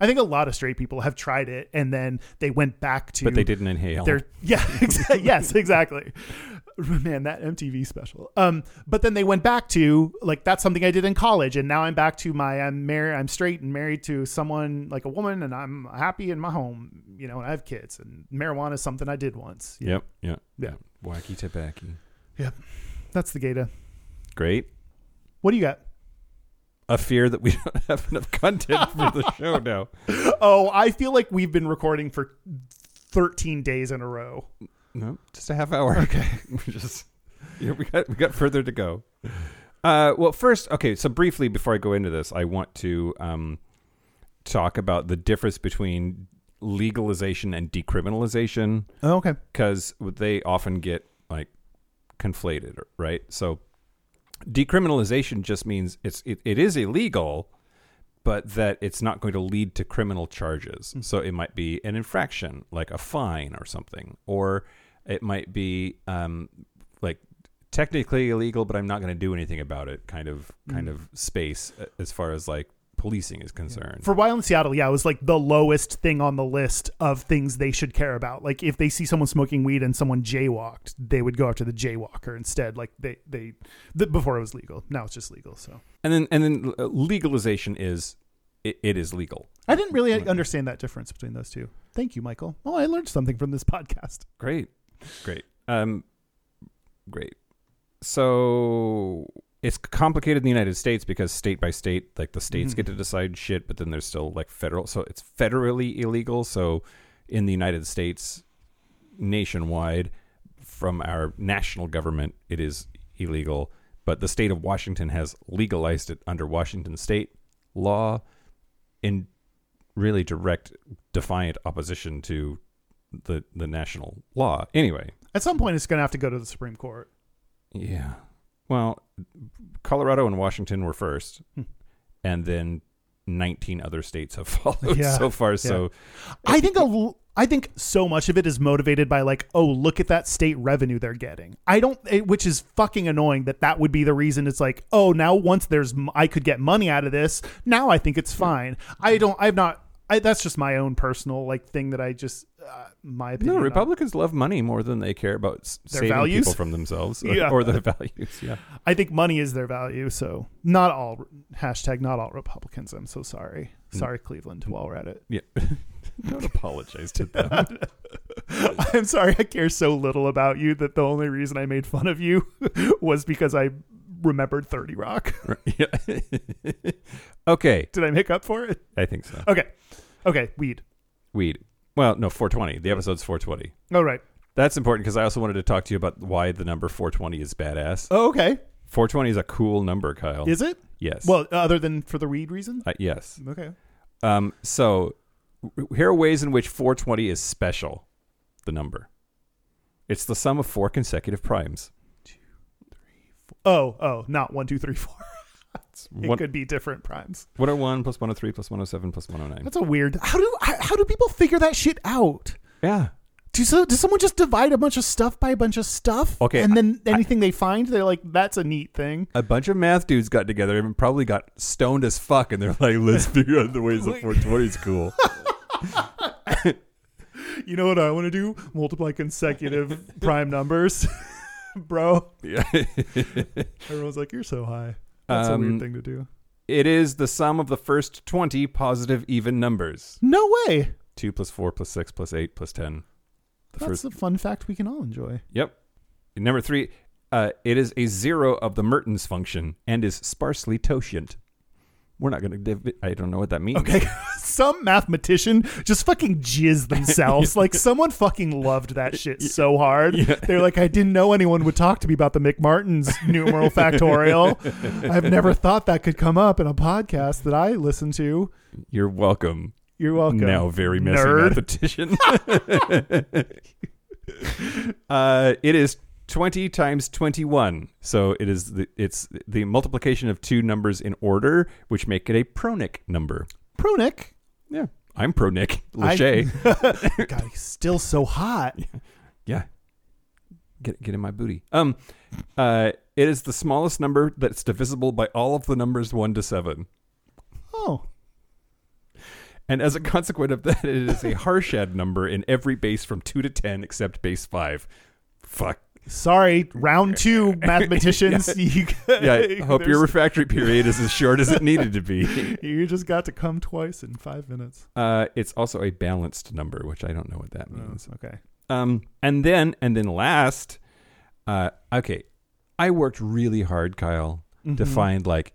[SPEAKER 2] I think a lot of straight people have tried it and then they went back to
[SPEAKER 1] But they didn't inhale.
[SPEAKER 2] They're *laughs* yeah, exa- yes, exactly. *laughs* Man, that MTV special. Um, but then they went back to like that's something I did in college, and now I'm back to my I'm married, I'm straight and married to someone like a woman, and I'm happy in my home. You know, and I have kids, and marijuana is something I did once.
[SPEAKER 1] Yep. Yep.
[SPEAKER 2] Yeah.
[SPEAKER 1] Wacky tobacco.
[SPEAKER 2] That's the gata.
[SPEAKER 1] Great.
[SPEAKER 2] What do you got? *gasps*
[SPEAKER 1] A fear that we *laughs* don't have enough content for *laughs* the show now.
[SPEAKER 2] Oh, I feel like we've been recording for 13 days in a row.
[SPEAKER 1] No, just a half hour. Okay, *laughs* we just yeah, we got we got further to go. Uh, well, first, okay, so briefly before I go into this, I want to um, talk about the difference between legalization and decriminalization
[SPEAKER 2] Oh, okay.
[SPEAKER 1] because they often get like conflated, right? So decriminalization just means it's it, it is illegal, but that it's not going to lead to criminal charges. So it might be an infraction, like a fine or something, or it might be um, like technically illegal, but I'm not going to do anything about it. Kind of kind of space uh, as far as like policing is concerned.
[SPEAKER 2] for a while in Seattle, yeah, it was like the lowest thing on the list of things they should care about. Like if they see someone smoking weed and someone jaywalked, they would go after the jaywalker instead. Like they they the, before it was legal, now it's just legal. So
[SPEAKER 1] and then and then uh, legalization is it, it is legal.
[SPEAKER 2] I didn't really understand that difference between those two. Thank you, Michael. Oh, I learned something from this *laughs* podcast.
[SPEAKER 1] Great. Great. Um great. So it's complicated in the United States because state by state, like the states get to decide shit, but then there's still like federal so it's federally illegal. So in the United States nationwide from our national government it is illegal, but the state of Washington has legalized it under Washington state law in really direct defiant opposition to the the national law. Anyway,
[SPEAKER 2] At some point, it's going to have to go to the Supreme Court.
[SPEAKER 1] Yeah. Well, Colorado and Washington were first,
[SPEAKER 2] Hmm.
[SPEAKER 1] and then 19 other states have *laughs* followed
[SPEAKER 2] Yeah.
[SPEAKER 1] so far. So
[SPEAKER 2] I think a l- I think so much of it is motivated by like, oh, look at that state revenue they're getting. I don't, it, which is fucking annoying that that would be the reason. It's like, oh, now once there's, m- I could get money out of this. Now I think it's fine. I don't. I've not. I, that's just my own personal like thing that I just uh, my opinion.
[SPEAKER 1] no,
[SPEAKER 2] on.
[SPEAKER 1] Republicans love money more than they care about s-
[SPEAKER 2] Their
[SPEAKER 1] saving
[SPEAKER 2] values?
[SPEAKER 1] people from themselves or-
[SPEAKER 2] Yeah.
[SPEAKER 1] or their *laughs* values. Yeah.
[SPEAKER 2] I think money is their value. So not all hashtag not all Republicans. I'm so sorry. Sorry, Cleveland. While we're at it,
[SPEAKER 1] Yeah. Don't apologize to *laughs* them.
[SPEAKER 2] *laughs* I'm sorry. I care so little about you that the only reason I made fun of you *laughs* was because I remembered 30 Rock. *laughs*
[SPEAKER 1] Yeah. *laughs* okay.
[SPEAKER 2] Did I make up for it?
[SPEAKER 1] I think so.
[SPEAKER 2] Okay. Okay. Weed.
[SPEAKER 1] Weed. Well, no, 420. The episode's 420.
[SPEAKER 2] All right.
[SPEAKER 1] That's important because I also wanted to talk to you about why the number 420 is badass.
[SPEAKER 2] Oh, okay.
[SPEAKER 1] 420 is a cool number, Kyle.
[SPEAKER 2] Is it?
[SPEAKER 1] yes.
[SPEAKER 2] Well, other than for the weed reason?
[SPEAKER 1] Uh, yes.
[SPEAKER 2] Okay.
[SPEAKER 1] Um, so w- here are ways in which 420 is special, the number. It's the sum of four consecutive primes.
[SPEAKER 2] Oh, oh, not one, two, three, four. *laughs* It
[SPEAKER 1] One,
[SPEAKER 2] could be different primes.
[SPEAKER 1] 101 plus 103 plus 107 plus 109.
[SPEAKER 2] That's a weird. How do how, how do people figure that shit out?
[SPEAKER 1] Yeah.
[SPEAKER 2] Do so? Does someone just divide a bunch of stuff by a bunch of stuff?
[SPEAKER 1] Okay,
[SPEAKER 2] and then
[SPEAKER 1] I-
[SPEAKER 2] anything they find, they're like, "That's a neat thing."
[SPEAKER 1] A bunch of math dudes got together and probably got stoned as fuck, and they're like,
[SPEAKER 2] *laughs*
[SPEAKER 1] let's figure out the ways that 420 is cool.
[SPEAKER 2] You know what I want to do? Multiply consecutive *laughs* prime numbers, bro.
[SPEAKER 1] Yeah.
[SPEAKER 2] *laughs* Everyone's like, "You're so high." That's a
[SPEAKER 1] Um,
[SPEAKER 2] weird thing to do.
[SPEAKER 1] It is the sum of the first 20 positive even numbers
[SPEAKER 2] No way.
[SPEAKER 1] 2 plus 4 plus 6 plus 8 plus 10. The
[SPEAKER 2] That's a fun fact we can all enjoy.
[SPEAKER 1] Yep. And number three, uh, it is a zero of the Mertens function and is sparsely totient. We're not going to. Div- I don't know what that means.
[SPEAKER 2] Okay. *laughs* Some mathematician just fucking jizzed themselves. *laughs* like someone fucking loved *laughs* that shit so hard. They're like, I didn't know anyone would talk to me about the McMartin's *laughs* numeral factorial. I've *laughs* never thought that could come up in a podcast that I listen to.
[SPEAKER 1] You're welcome.
[SPEAKER 2] You're welcome.
[SPEAKER 1] Now, very messy
[SPEAKER 2] Nerd.
[SPEAKER 1] mathematician. *laughs* uh, it is twenty times twenty-one. So it is the it's the multiplication of two numbers in order, which make it a pronic number.
[SPEAKER 2] Pronick.
[SPEAKER 1] Yeah, I'm pronic.
[SPEAKER 2] I-
[SPEAKER 1] Lachey. *laughs*
[SPEAKER 2] God, he's still so hot.
[SPEAKER 1] Yeah. Get get in my booty. Um uh it is the smallest number that's divisible by all of the numbers 1 to 7.
[SPEAKER 2] Oh.
[SPEAKER 1] And as a consequence of that, it is a Harshad number in every base from 2 to 10 except base 5. Fuck.
[SPEAKER 2] Sorry, round two, mathematicians. You,
[SPEAKER 1] *laughs* Yeah,
[SPEAKER 2] *laughs*
[SPEAKER 1] I hope your refractory period is as short as it needed to be.
[SPEAKER 2] you just got to come twice in five minutes.
[SPEAKER 1] Uh, it's also a balanced number, which I don't know what
[SPEAKER 2] Oh.
[SPEAKER 1] that means.
[SPEAKER 2] Okay.
[SPEAKER 1] Um, and then and then last, uh, okay, I worked really hard, Kyle,
[SPEAKER 2] Mm-hmm.
[SPEAKER 1] to find like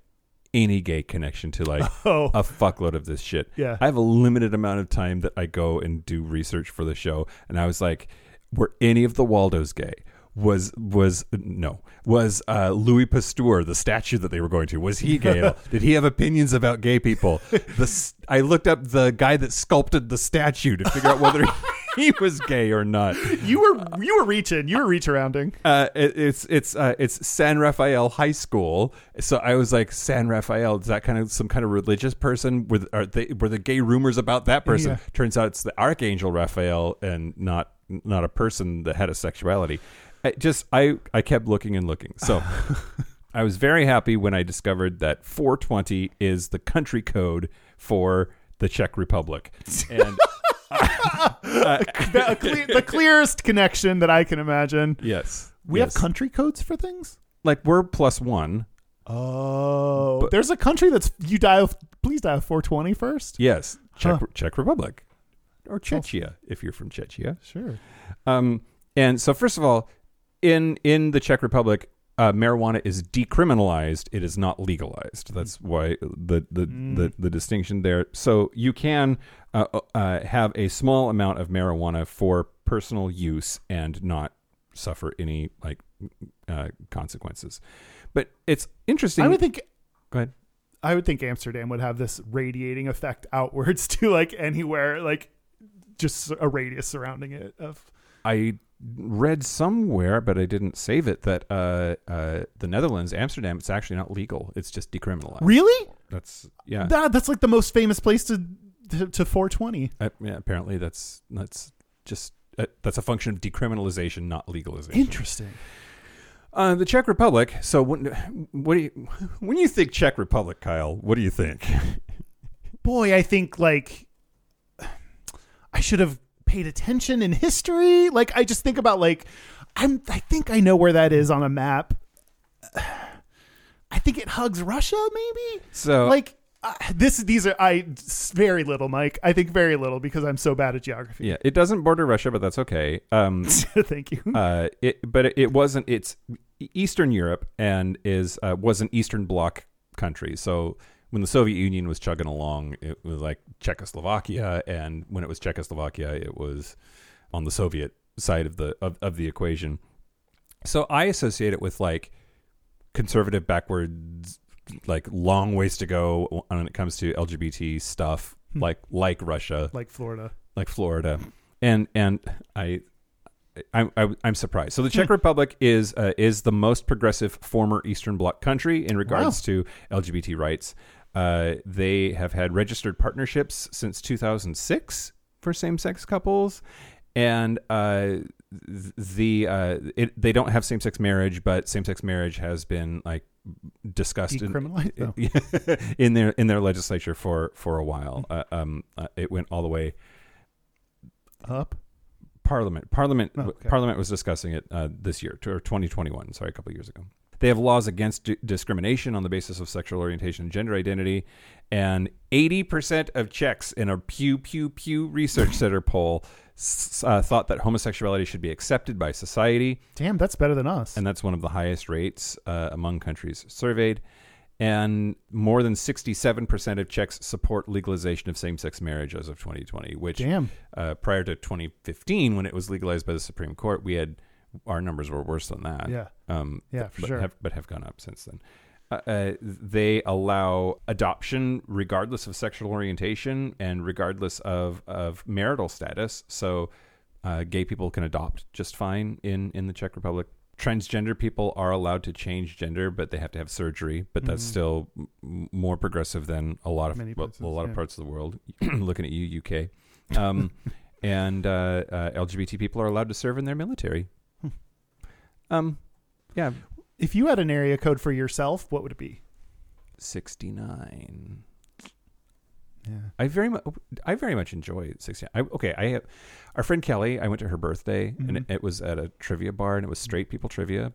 [SPEAKER 1] any gay connection to like
[SPEAKER 2] *laughs* Oh.
[SPEAKER 1] a fuckload of this shit.
[SPEAKER 2] Yeah.
[SPEAKER 1] I have a limited amount of time that I go and do research for the show, and I was like, were any of the Waldos gay? Was was no was uh, Louis Pasteur the statue that they were going to? Was he gay? at all? Did he have opinions about gay people? The s- I looked up the guy that sculpted the statue to figure out whether *laughs* he was gay or not.
[SPEAKER 2] You were you were reaching. You were
[SPEAKER 1] *laughs*
[SPEAKER 2] reach arounding.
[SPEAKER 1] Uh, it, it's it's uh, it's San Rafael High School. So I was like, San Rafael is that kind of some kind of religious person? With are they were the gay rumors about that person?
[SPEAKER 2] Yeah.
[SPEAKER 1] Turns out it's the archangel Raphael and not not a person that had a sexuality. I just I I kept looking and looking.
[SPEAKER 2] *laughs*
[SPEAKER 1] So I was very happy when I discovered that 420 is the country code for the Czech
[SPEAKER 2] *laughs*
[SPEAKER 1] Republic. And
[SPEAKER 2] The, a cle- the clearest connection that I can imagine.
[SPEAKER 1] yes,
[SPEAKER 2] We
[SPEAKER 1] yes.
[SPEAKER 2] have country codes for things.
[SPEAKER 1] like we're plus one.
[SPEAKER 2] Oh, there's a country that's you dial. Please dial 420 first.
[SPEAKER 1] Yes, Czech,
[SPEAKER 2] Huh.
[SPEAKER 1] Czech Republic or Chechia if you're from Chechia.
[SPEAKER 2] Sure.
[SPEAKER 1] Um, and so first of all, in in the Czech Republic, uh, marijuana is decriminalized; it is not legalized. That's
[SPEAKER 2] Mm.
[SPEAKER 1] why the the, the, the distinction there. So you can uh, uh, have a small amount of marijuana for personal use and not suffer any like uh, consequences. But it's interesting.
[SPEAKER 2] I would think
[SPEAKER 1] Go ahead.
[SPEAKER 2] I would think Amsterdam would have this radiating effect *laughs* outwards to like anywhere, like just a radius surrounding it. Of
[SPEAKER 1] I read somewhere, but I didn't save it, that uh, uh, the Netherlands, Amsterdam, it's actually not legal. It's just decriminalized.
[SPEAKER 2] Really?
[SPEAKER 1] That's Uh, yeah.
[SPEAKER 2] That, that's like the most famous place to to, to 420.
[SPEAKER 1] Uh, yeah, apparently that's that's just uh, that's a function of decriminalization, not legalization.
[SPEAKER 2] Interesting.
[SPEAKER 1] Uh, the Czech Republic. So when what do you when you think Czech Republic, Kyle? What do you think?
[SPEAKER 2] Boy, I think like I should have paid attention in history. Like I just think about like I'm I think I know where that is on a map. *sighs* I think it hugs Russia maybe?
[SPEAKER 1] So
[SPEAKER 2] like uh, this these are I s- very little, Mike. I think very little because I'm so bad at geography.
[SPEAKER 1] yeah, it doesn't border Russia, but that's okay. Um,
[SPEAKER 2] *laughs* Thank you.
[SPEAKER 1] uh, it, but it wasn't. It's Eastern Europe and is uh, was an Eastern Bloc country. So when the Soviet Union was chugging along, it was like Czechoslovakia, and when it was Czechoslovakia, it was on the Soviet side of the of, of the equation. So I associate it with like conservative backwards, like long ways to go when it comes to LGBT stuff, like like Russia,
[SPEAKER 2] like Florida.
[SPEAKER 1] like Florida, and and I. I, I, I'm surprised. So the Czech Republic is uh, is the most progressive former Eastern Bloc country in regards to LGBT rights. Uh, they have had registered partnerships since 2006 for same-sex couples, and uh, th- the uh, it, they don't have same-sex marriage, but same-sex marriage has been like discussed in,
[SPEAKER 2] Decriminalized though.
[SPEAKER 1] *laughs* in their in their legislature for for a while. Uh, um, uh, it went all the way
[SPEAKER 2] Oh, Up.
[SPEAKER 1] Parliament. Parliament.
[SPEAKER 2] Oh, okay.
[SPEAKER 1] Parliament was discussing it uh, this year, t- or 2021. Sorry, a couple years ago. They have laws against d- discrimination on the basis of sexual orientation and gender identity, and 80% of Czechs in a Pew Pew Pew Research Center
[SPEAKER 2] *laughs*
[SPEAKER 1] poll s- uh, thought that homosexuality should be accepted by society
[SPEAKER 2] Damn, that's better than us.
[SPEAKER 1] and that's one of the highest rates uh, among countries surveyed. And more than 67% of Czechs support legalization of same sex marriage as of 2020, which
[SPEAKER 2] Damn.
[SPEAKER 1] uh, prior to 2015, when it was legalized by the Supreme Court, we had our numbers were worse than that.
[SPEAKER 2] Yeah.
[SPEAKER 1] Um,
[SPEAKER 2] Yeah,
[SPEAKER 1] th-
[SPEAKER 2] for
[SPEAKER 1] but
[SPEAKER 2] sure.
[SPEAKER 1] Have, but have gone up since then. Uh, uh, they allow adoption regardless of sexual orientation and regardless of, of marital status. So uh, gay people can adopt just fine in, in the Czech Republic. Transgender people are allowed to change gender, but they have to have surgery. But that's still m- m- more progressive than a lot of
[SPEAKER 2] Mm-hmm. Many
[SPEAKER 1] well,
[SPEAKER 2] places,
[SPEAKER 1] a lot of
[SPEAKER 2] yeah.
[SPEAKER 1] parts of the world. *clears throat* Looking at you, UK.
[SPEAKER 2] *laughs*
[SPEAKER 1] Um, and uh, uh, LGBT people are allowed to serve in their military.
[SPEAKER 2] Hmm.
[SPEAKER 1] Um, yeah,
[SPEAKER 2] If you had an area code for yourself, what would it be?
[SPEAKER 1] sixty nine.
[SPEAKER 2] Yeah.
[SPEAKER 1] I very much, I very much enjoy sixty nine. I, okay, I have our friend Kelly. I went to her birthday, and it,
[SPEAKER 2] Mhm.
[SPEAKER 1] it was at a trivia bar, and it was straight people trivia,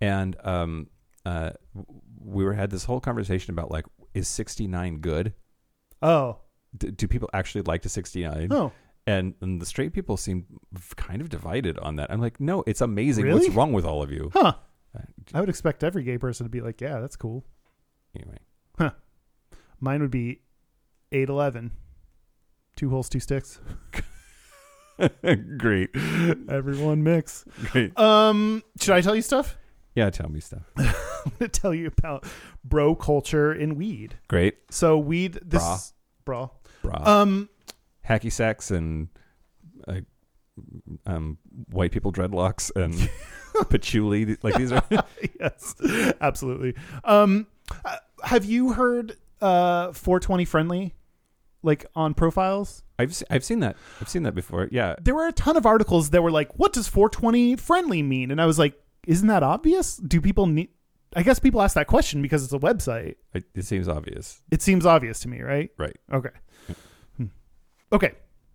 [SPEAKER 1] and um, uh, w- we were had this whole conversation about like, is sixty nine good?
[SPEAKER 2] Oh.
[SPEAKER 1] D- do people actually like to sixty nine?
[SPEAKER 2] Oh.
[SPEAKER 1] And, and the straight people seem v- kind of divided on that. I'm like, no, it's amazing.
[SPEAKER 2] Really?
[SPEAKER 1] What's wrong with all of you?
[SPEAKER 2] Huh.
[SPEAKER 1] Uh,
[SPEAKER 2] I would expect every gay person to be like, yeah, that's cool.
[SPEAKER 1] anyway, *laughs*
[SPEAKER 2] Mine would be 811. Two holes, two sticks.
[SPEAKER 1] great,
[SPEAKER 2] Everyone mix.
[SPEAKER 1] great.
[SPEAKER 2] Um, should I tell you stuff? *laughs*
[SPEAKER 1] Yeah, tell me stuff.
[SPEAKER 2] I'm going to tell you about bro culture in weed.
[SPEAKER 1] Great,
[SPEAKER 2] So weed this bra.
[SPEAKER 1] bra,
[SPEAKER 2] Um *laughs*
[SPEAKER 1] hacky sacks, and uh, um, white people dreadlocks *laughs* and patchouli. Like *laughs* these are
[SPEAKER 2] yes. Absolutely. Um uh, have you heard uh 420 friendly like on profiles?
[SPEAKER 1] I've se- I've seen that I've seen that before. Yeah,
[SPEAKER 2] there were a ton of articles that were like, "What does 420 friendly mean?" And I was like, "Isn't that obvious? Do people need?" I guess people ask that question because it's a website.
[SPEAKER 1] it, it seems obvious.
[SPEAKER 2] It seems obvious to me, right?
[SPEAKER 1] Right.
[SPEAKER 2] Okay. Hmm. Okay.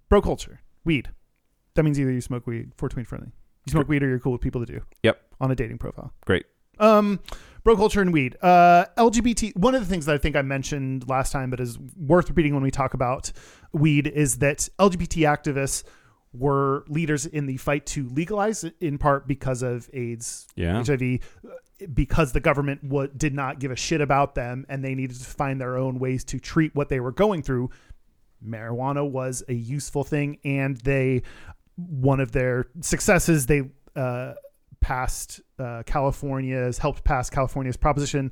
[SPEAKER 2] Bro culture, weed. That means either you smoke weed, 420 friendly. You smoke weed, or you're cool with people that do.
[SPEAKER 1] Yep.
[SPEAKER 2] On a dating profile.
[SPEAKER 1] Great.
[SPEAKER 2] Um, bro culture and weed. Uh, LGBT. One of the things that I think I mentioned last time, but is worth repeating when we talk about weed, is that LGBT activists were leaders in the fight to legalize, in part because of AIDS,
[SPEAKER 1] Yeah.
[SPEAKER 2] HIV, because the government wa did not give a shit about them, and they needed to find their own ways to treat what they were going through. Marijuana was a useful thing, and they one of their successes they uh, passed uh, California's helped pass California's Proposition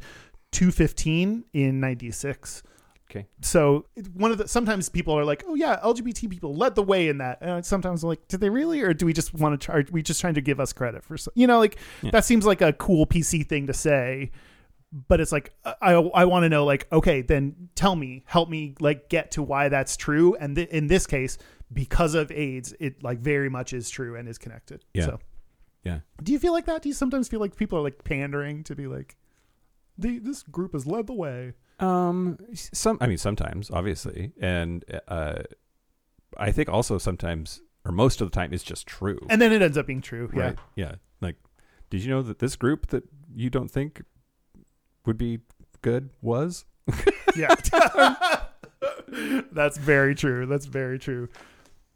[SPEAKER 2] 215 in 96
[SPEAKER 1] Okay.
[SPEAKER 2] So it's one of the sometimes people are like, oh yeah, LGBT people led the way in that. And sometimes I'm like, did they really, or do we just want to? Try, are we just trying to give us credit for? so- You know, like that seems like a cool PC thing to say, but it's like uh, I I want to know like, okay, then tell me, help me like get to why that's true. And th- in this case, because of AIDS, it like very much is true and is connected.
[SPEAKER 1] Yeah.
[SPEAKER 2] So
[SPEAKER 1] Yeah.
[SPEAKER 2] do you feel like that? Do you sometimes feel like people are like pandering to be like, the, this group has led the way?
[SPEAKER 1] Um, s- some I mean sometimes, obviously, and uh, I think also sometimes or most of the time it's just true.
[SPEAKER 2] And then it ends up being true. Yeah.
[SPEAKER 1] right? Eh, Yeah. Like, did you know that this group that you don't think would be good was?
[SPEAKER 2] Yeah. *laughs* That's very true. That's very true.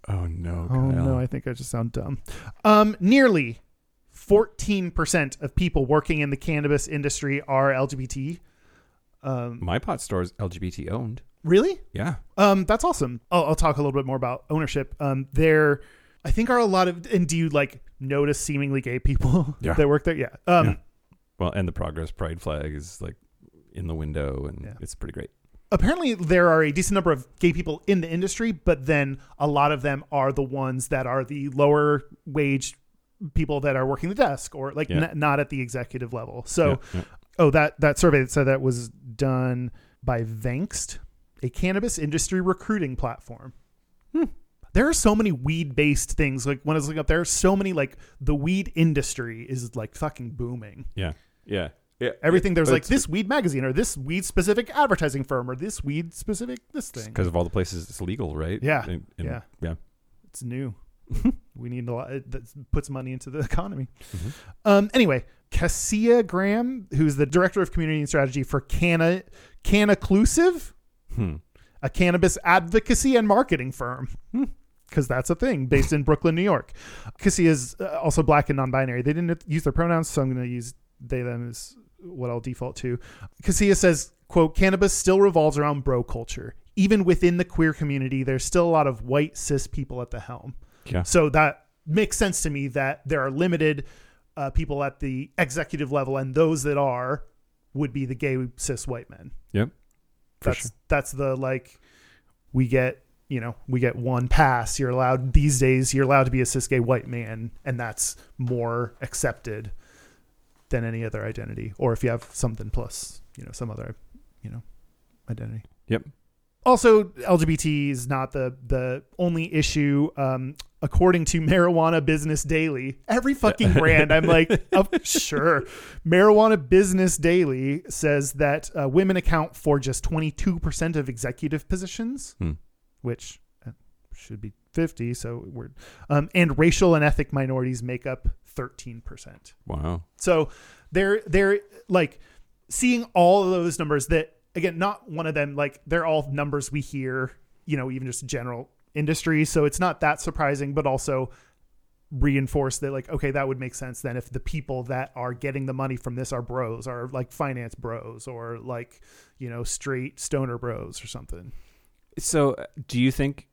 [SPEAKER 1] Oh no!
[SPEAKER 2] Oh no, I think I just sound dumb. Um, nearly 14% of people working in the cannabis industry are LGBT. Um,
[SPEAKER 1] My pot store is LGBT owned.
[SPEAKER 2] really?
[SPEAKER 1] Yeah.
[SPEAKER 2] Um, that's awesome. I'll, I'll talk a little bit more about ownership. Um, there, I think are a lot of, and do you like notice seemingly gay people *laughs*
[SPEAKER 1] Yeah.
[SPEAKER 2] that work there? Yeah. Um,
[SPEAKER 1] Yeah. Well, and the Progress Pride flag is like in the window, and
[SPEAKER 2] Yeah.
[SPEAKER 1] it's pretty great.
[SPEAKER 2] apparently there are a decent number of gay people in the industry, but then a lot of them are the ones that are the lower wage people that are working the desk or like
[SPEAKER 1] Yeah.
[SPEAKER 2] n- not at the executive level. So,
[SPEAKER 1] Yeah, yeah.
[SPEAKER 2] oh, that that survey that said that was done by Vankst, a cannabis industry recruiting platform. Hmm. There are so many weed-based things. Like when I was looking up, there are so many like the weed industry is like fucking booming
[SPEAKER 1] yeah, yeah, yeah.
[SPEAKER 2] everything there's
[SPEAKER 1] But
[SPEAKER 2] like
[SPEAKER 1] it's-
[SPEAKER 2] this weed magazine or this weed specific advertising firm or this weed specific this thing
[SPEAKER 1] because of all the places it's legal, right?
[SPEAKER 2] Yeah.
[SPEAKER 1] And- and-
[SPEAKER 2] Yeah.
[SPEAKER 1] yeah.
[SPEAKER 2] it's new *laughs* we need a lot it- that puts money into the *laughs* economy um anyway cassia graham who's the director of community and strategy for canna canaclusive
[SPEAKER 1] Hmm.
[SPEAKER 2] a cannabis advocacy and marketing firm because that's a thing based in Brooklyn, New York. Cassie is uh, also black and non-binary. They didn't use their pronouns, so I'm going to use they them is what I'll default to. Cassia says, "quote Cannabis still revolves around bro culture. Even within the queer community, there's still a lot of white cis people at the helm.
[SPEAKER 1] Yeah.
[SPEAKER 2] So that makes sense to me that there are limited uh, people at the executive level, and those that are would be the gay cis white men."
[SPEAKER 1] Yep. For
[SPEAKER 2] that's
[SPEAKER 1] sure.
[SPEAKER 2] that's the like we get you know we get one pass you're allowed these days you're allowed to be a cis gay white man and that's more accepted than any other identity or if you have something plus you know some other you know identity
[SPEAKER 1] Yep.
[SPEAKER 2] also lgbt is not the the only issue um according to marijuana business daily every fucking brand
[SPEAKER 1] *laughs*
[SPEAKER 2] i'm like of sure marijuana business daily says that uh, women account for just 22% of executive positions
[SPEAKER 1] Hmm.
[SPEAKER 2] which uh, should be 50 so we're um, and racial and ethnic minorities make up 13%
[SPEAKER 1] Wow.
[SPEAKER 2] so they're they're like seeing all of those numbers that again, not one of them like they're all numbers we hear, you know, even just general industry. So it's not that surprising, but also reinforce that like okay that would make sense then if the people that are getting the money from this are bros are like finance bros or like you know straight stoner bros or something
[SPEAKER 1] So, uh, do you think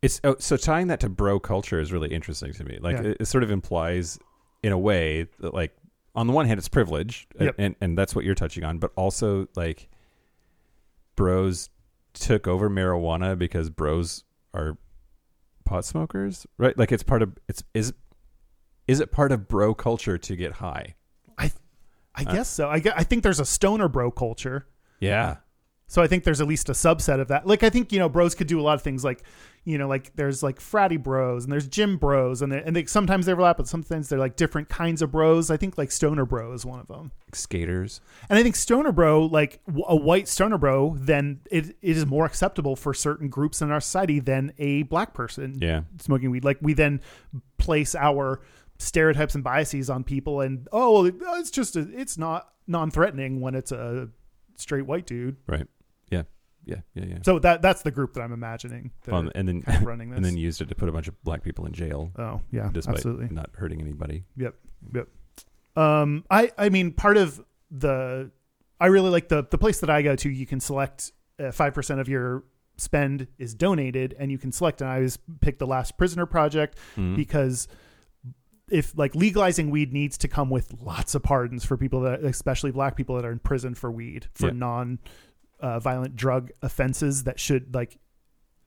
[SPEAKER 1] it's oh, so tying that to bro culture is really interesting to me? Like,
[SPEAKER 2] Yeah.
[SPEAKER 1] it, it sort of implies, in a way, that like on the one hand, it's privilege, a-
[SPEAKER 2] Yep.
[SPEAKER 1] and and that's what you're touching on, but also like bros took over marijuana because bros are pot smokers, right? Like, it's part of it's is is it part of bro culture to get high?
[SPEAKER 2] i i guess so I, gue- I think there's a stoner bro culture
[SPEAKER 1] Yeah.
[SPEAKER 2] So I think there's at least a subset of that. Like I think you know, bros could do a lot of things. Like you know, like there's like fratty bros and there's gym bros, and they, and they sometimes they overlap, but sometimes they're like different kinds of bros. I think like stoner bro is one of them,
[SPEAKER 1] Skaters.
[SPEAKER 2] and I think stoner bro, like w- a white stoner bro, then it, it is more acceptable for certain groups in our society than a black person
[SPEAKER 1] Yeah.
[SPEAKER 2] smoking weed. Like we then place our stereotypes and biases on people, and oh, it's just a, it's not non-threatening when it's a straight white dude.
[SPEAKER 1] Right. Yeah. Yeah. Yeah. Yeah.
[SPEAKER 2] So that that's the group that I'm imagining that
[SPEAKER 1] um,
[SPEAKER 2] are
[SPEAKER 1] and
[SPEAKER 2] *laughs*
[SPEAKER 1] then
[SPEAKER 2] kind of running
[SPEAKER 1] *laughs*
[SPEAKER 2] this.
[SPEAKER 1] and then used it to put a bunch of black people in jail
[SPEAKER 2] oh yeah,
[SPEAKER 1] despite
[SPEAKER 2] absolutely.
[SPEAKER 1] not hurting anybody.
[SPEAKER 2] Yep, yep. Um, I I mean, part of the I really like the the place that I go to. You can select uh, five percent of your spend is donated, and you can select. And I always pick the Last Prisoner Project
[SPEAKER 1] Hmm.
[SPEAKER 2] because if like legalizing weed needs to come with lots of pardons for people that especially black people that are in prison for weed for
[SPEAKER 1] Yeah.
[SPEAKER 2] non uh, violent drug offenses that should like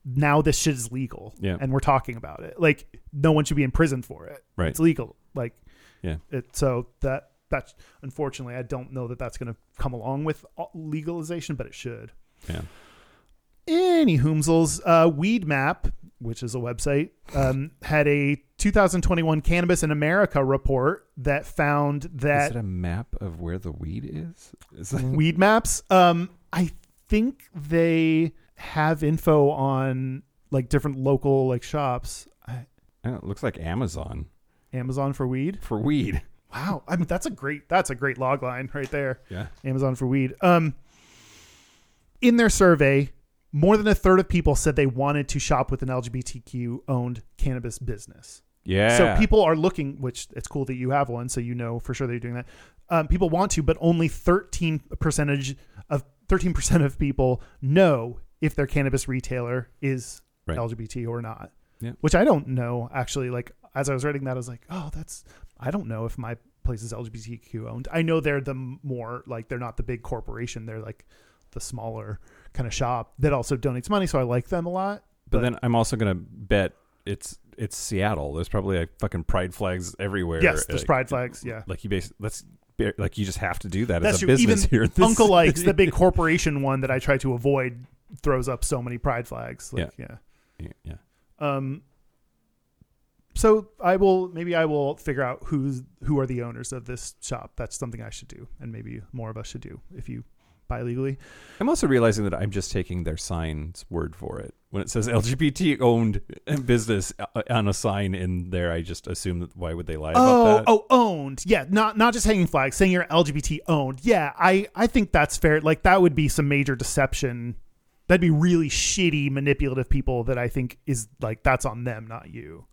[SPEAKER 2] now this shit is legal
[SPEAKER 1] Yeah.
[SPEAKER 2] and we're talking about it like no one should be in prison for it
[SPEAKER 1] Right.
[SPEAKER 2] it's legal like
[SPEAKER 1] Yeah.
[SPEAKER 2] it so that that's unfortunately i don't know that that's going to come along with all- legalization but it should
[SPEAKER 1] Yeah.
[SPEAKER 2] any hoomsels uh, weed map which is a website um, had a 2021 cannabis in america report that found
[SPEAKER 1] Is
[SPEAKER 2] that
[SPEAKER 1] it a map of where the weed is? Is that- *laughs*
[SPEAKER 2] weed maps. Um, I think they have info on like different local like shops. I,
[SPEAKER 1] Oh, it looks like Amazon
[SPEAKER 2] Amazon for weed.
[SPEAKER 1] for weed.
[SPEAKER 2] Wow, *laughs* I mean that's a great that's a great log line right there.
[SPEAKER 1] *laughs* Yeah.
[SPEAKER 2] Amazon for weed. Um, in their survey, more than a third of people said they wanted to shop with an LGBTQ owned cannabis business.
[SPEAKER 1] Yeah.
[SPEAKER 2] So people are looking, which it's cool that you have one, so you know for sure they're doing that. Um, people want to, but only thirteen percentage of thirteen percent of people know if their cannabis retailer is
[SPEAKER 1] Right.
[SPEAKER 2] LGBT or not.
[SPEAKER 1] Yeah.
[SPEAKER 2] Which I don't know actually. Like as I was reading that, I was like, oh, that's I don't know if my place is LGBTQ owned. I know they're the more like they're not the big corporation. They're like the smaller kind of shop that also donates money, so I like them a lot.
[SPEAKER 1] But then I'm also gonna bet it's it's Seattle. There's probably like fucking pride flags everywhere.
[SPEAKER 2] yes, there's
[SPEAKER 1] like,
[SPEAKER 2] pride flags. Yeah.
[SPEAKER 1] Like you basically let's like you just have to do that
[SPEAKER 2] That's
[SPEAKER 1] as a
[SPEAKER 2] true.
[SPEAKER 1] business *laughs*
[SPEAKER 2] Even
[SPEAKER 1] here. in this
[SPEAKER 2] Uncle Ike's,
[SPEAKER 1] city.
[SPEAKER 2] the big corporation one that I try to avoid, throws up so many pride flags. Like, yeah.
[SPEAKER 1] Yeah, yeah.
[SPEAKER 2] Um. So I will maybe I will figure out who's who are the owners of this shop. That's something I should do, and maybe more of us should do if you buy legally.
[SPEAKER 1] I'm also realizing that I'm just taking their sign's word for it. When it says LGBT owned business uh, on a sign in there, I just assume that why would they lie
[SPEAKER 2] Oh,
[SPEAKER 1] about that?
[SPEAKER 2] oh, owned. Yeah, not not just hanging flags, saying you're LGBT owned. Yeah, I I think that's fair. Like that would be some major deception. That'd be really shitty, manipulative people that I think is like that's on them, not you.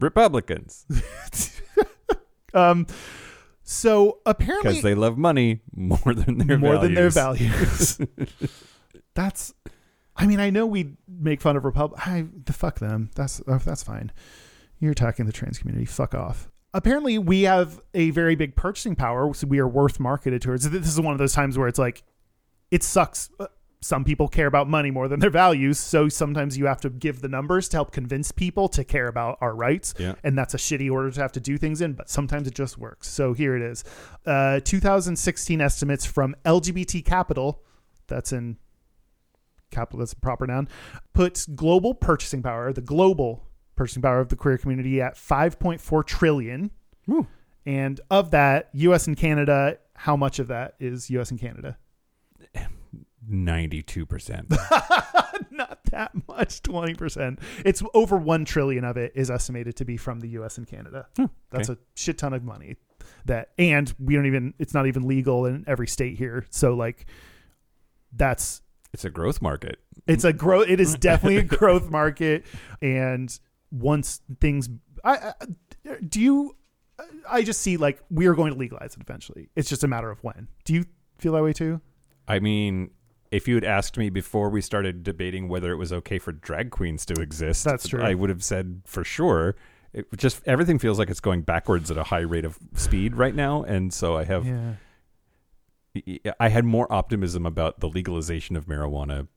[SPEAKER 1] Republicans
[SPEAKER 2] Um, so apparently,
[SPEAKER 1] because they love money more than their
[SPEAKER 2] more than their
[SPEAKER 1] values.
[SPEAKER 2] values. that's, I mean, I know we make fun of Republic. I the fuck them. That's oh, that's fine. You're attacking the trans community. Fuck off. Apparently, we have a very big purchasing power. So we are worth marketed towards. This is one of those times where it's like, it sucks. Uh, Some people care about money more than their values. So sometimes you have to give the numbers to help convince people to care about our rights
[SPEAKER 1] Yeah.
[SPEAKER 2] and that's a shitty order to have to do things in, but sometimes it just works. So here it is. Uh, 2016 estimates from LGBT Capital, that's in capital, that's a proper noun, puts global purchasing power, the global purchasing power of the queer community at 5.4 trillion.
[SPEAKER 1] Whew.
[SPEAKER 2] And of that, US and Canada, how much of that is US and Canada?
[SPEAKER 1] Ninety-two percent.
[SPEAKER 2] *laughs* Not that much, 20%. It's over 1 trillion of it is estimated to be from the US and Canada. That's a shit ton of money that and we don't even it's not even legal in every state here. So like that's
[SPEAKER 1] It's a growth market.
[SPEAKER 2] it's a growth it is definitely a growth market and once things I, I do you I just see like we are going to legalize it eventually. It's just a matter of when. Do you feel that way too?
[SPEAKER 1] I mean, if you had asked me before we started debating whether it was okay for drag queens to exist,
[SPEAKER 2] That's true.
[SPEAKER 1] I would have said for sure. It just everything feels like it's going backwards at a high rate of speed right now, and so I have
[SPEAKER 2] Yeah.
[SPEAKER 1] I had more optimism about the legalization of marijuana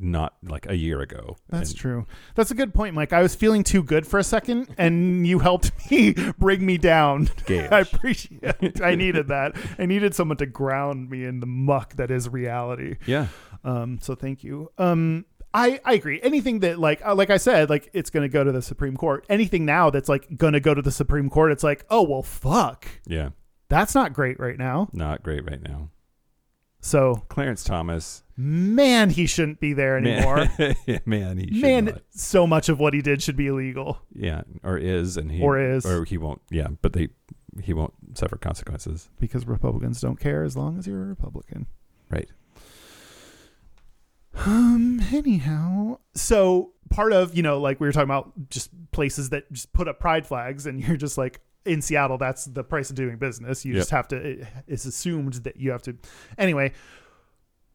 [SPEAKER 1] not like a year ago.
[SPEAKER 2] That's
[SPEAKER 1] And
[SPEAKER 2] true. That's a good point, Mike. I was feeling too good for a second, and you helped *laughs* me bring me down. *laughs*
[SPEAKER 1] Gage.
[SPEAKER 2] I appreciate it. I needed that. I needed someone to ground me in the muck that is reality.
[SPEAKER 1] Yeah.
[SPEAKER 2] Um, so thank you. Um, I, I agree. Anything that like uh, like I said, like it's going to go to the Supreme Court. Anything now that's like going to go to the Supreme Court, it's like, oh well, fuck.
[SPEAKER 1] Yeah.
[SPEAKER 2] That's not great right now.
[SPEAKER 1] Not great right now.
[SPEAKER 2] So
[SPEAKER 1] Clarence Thomas.
[SPEAKER 2] man, he shouldn't be there anymore.
[SPEAKER 1] Man, man *laughs* he should
[SPEAKER 2] Man,
[SPEAKER 1] not.
[SPEAKER 2] so much of what he did should be illegal.
[SPEAKER 1] Yeah. Or is and he
[SPEAKER 2] Or is.
[SPEAKER 1] or he won't yeah, but they he won't suffer consequences.
[SPEAKER 2] because Republicans don't care as long as you're a Republican.
[SPEAKER 1] Right.
[SPEAKER 2] Um, anyhow, so part of, you know, like we were talking about just places that just put up pride flags and *laughs* you're just like, in Seattle, that's the price of doing business. You
[SPEAKER 1] Yep.
[SPEAKER 2] just have to, it- it's assumed that you have to. Anyway,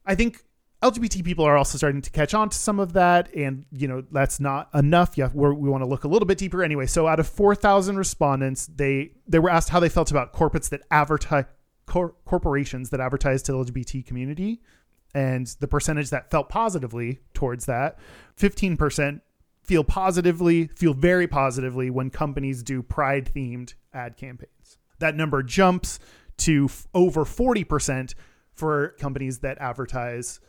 [SPEAKER 2] I think LGBT people are also starting to catch on to some of that, and you know that's not enough. Yeah, we're, we want to look a little bit deeper anyway. So, out of four thousand respondents, they they were asked how they felt about corporates that advertise cor- corporations that advertise to the LGBT community, and the percentage that felt positively towards that 15% feel positively feel very positively when companies do pride themed ad campaigns that number jumps to f- over 40% for companies that advertise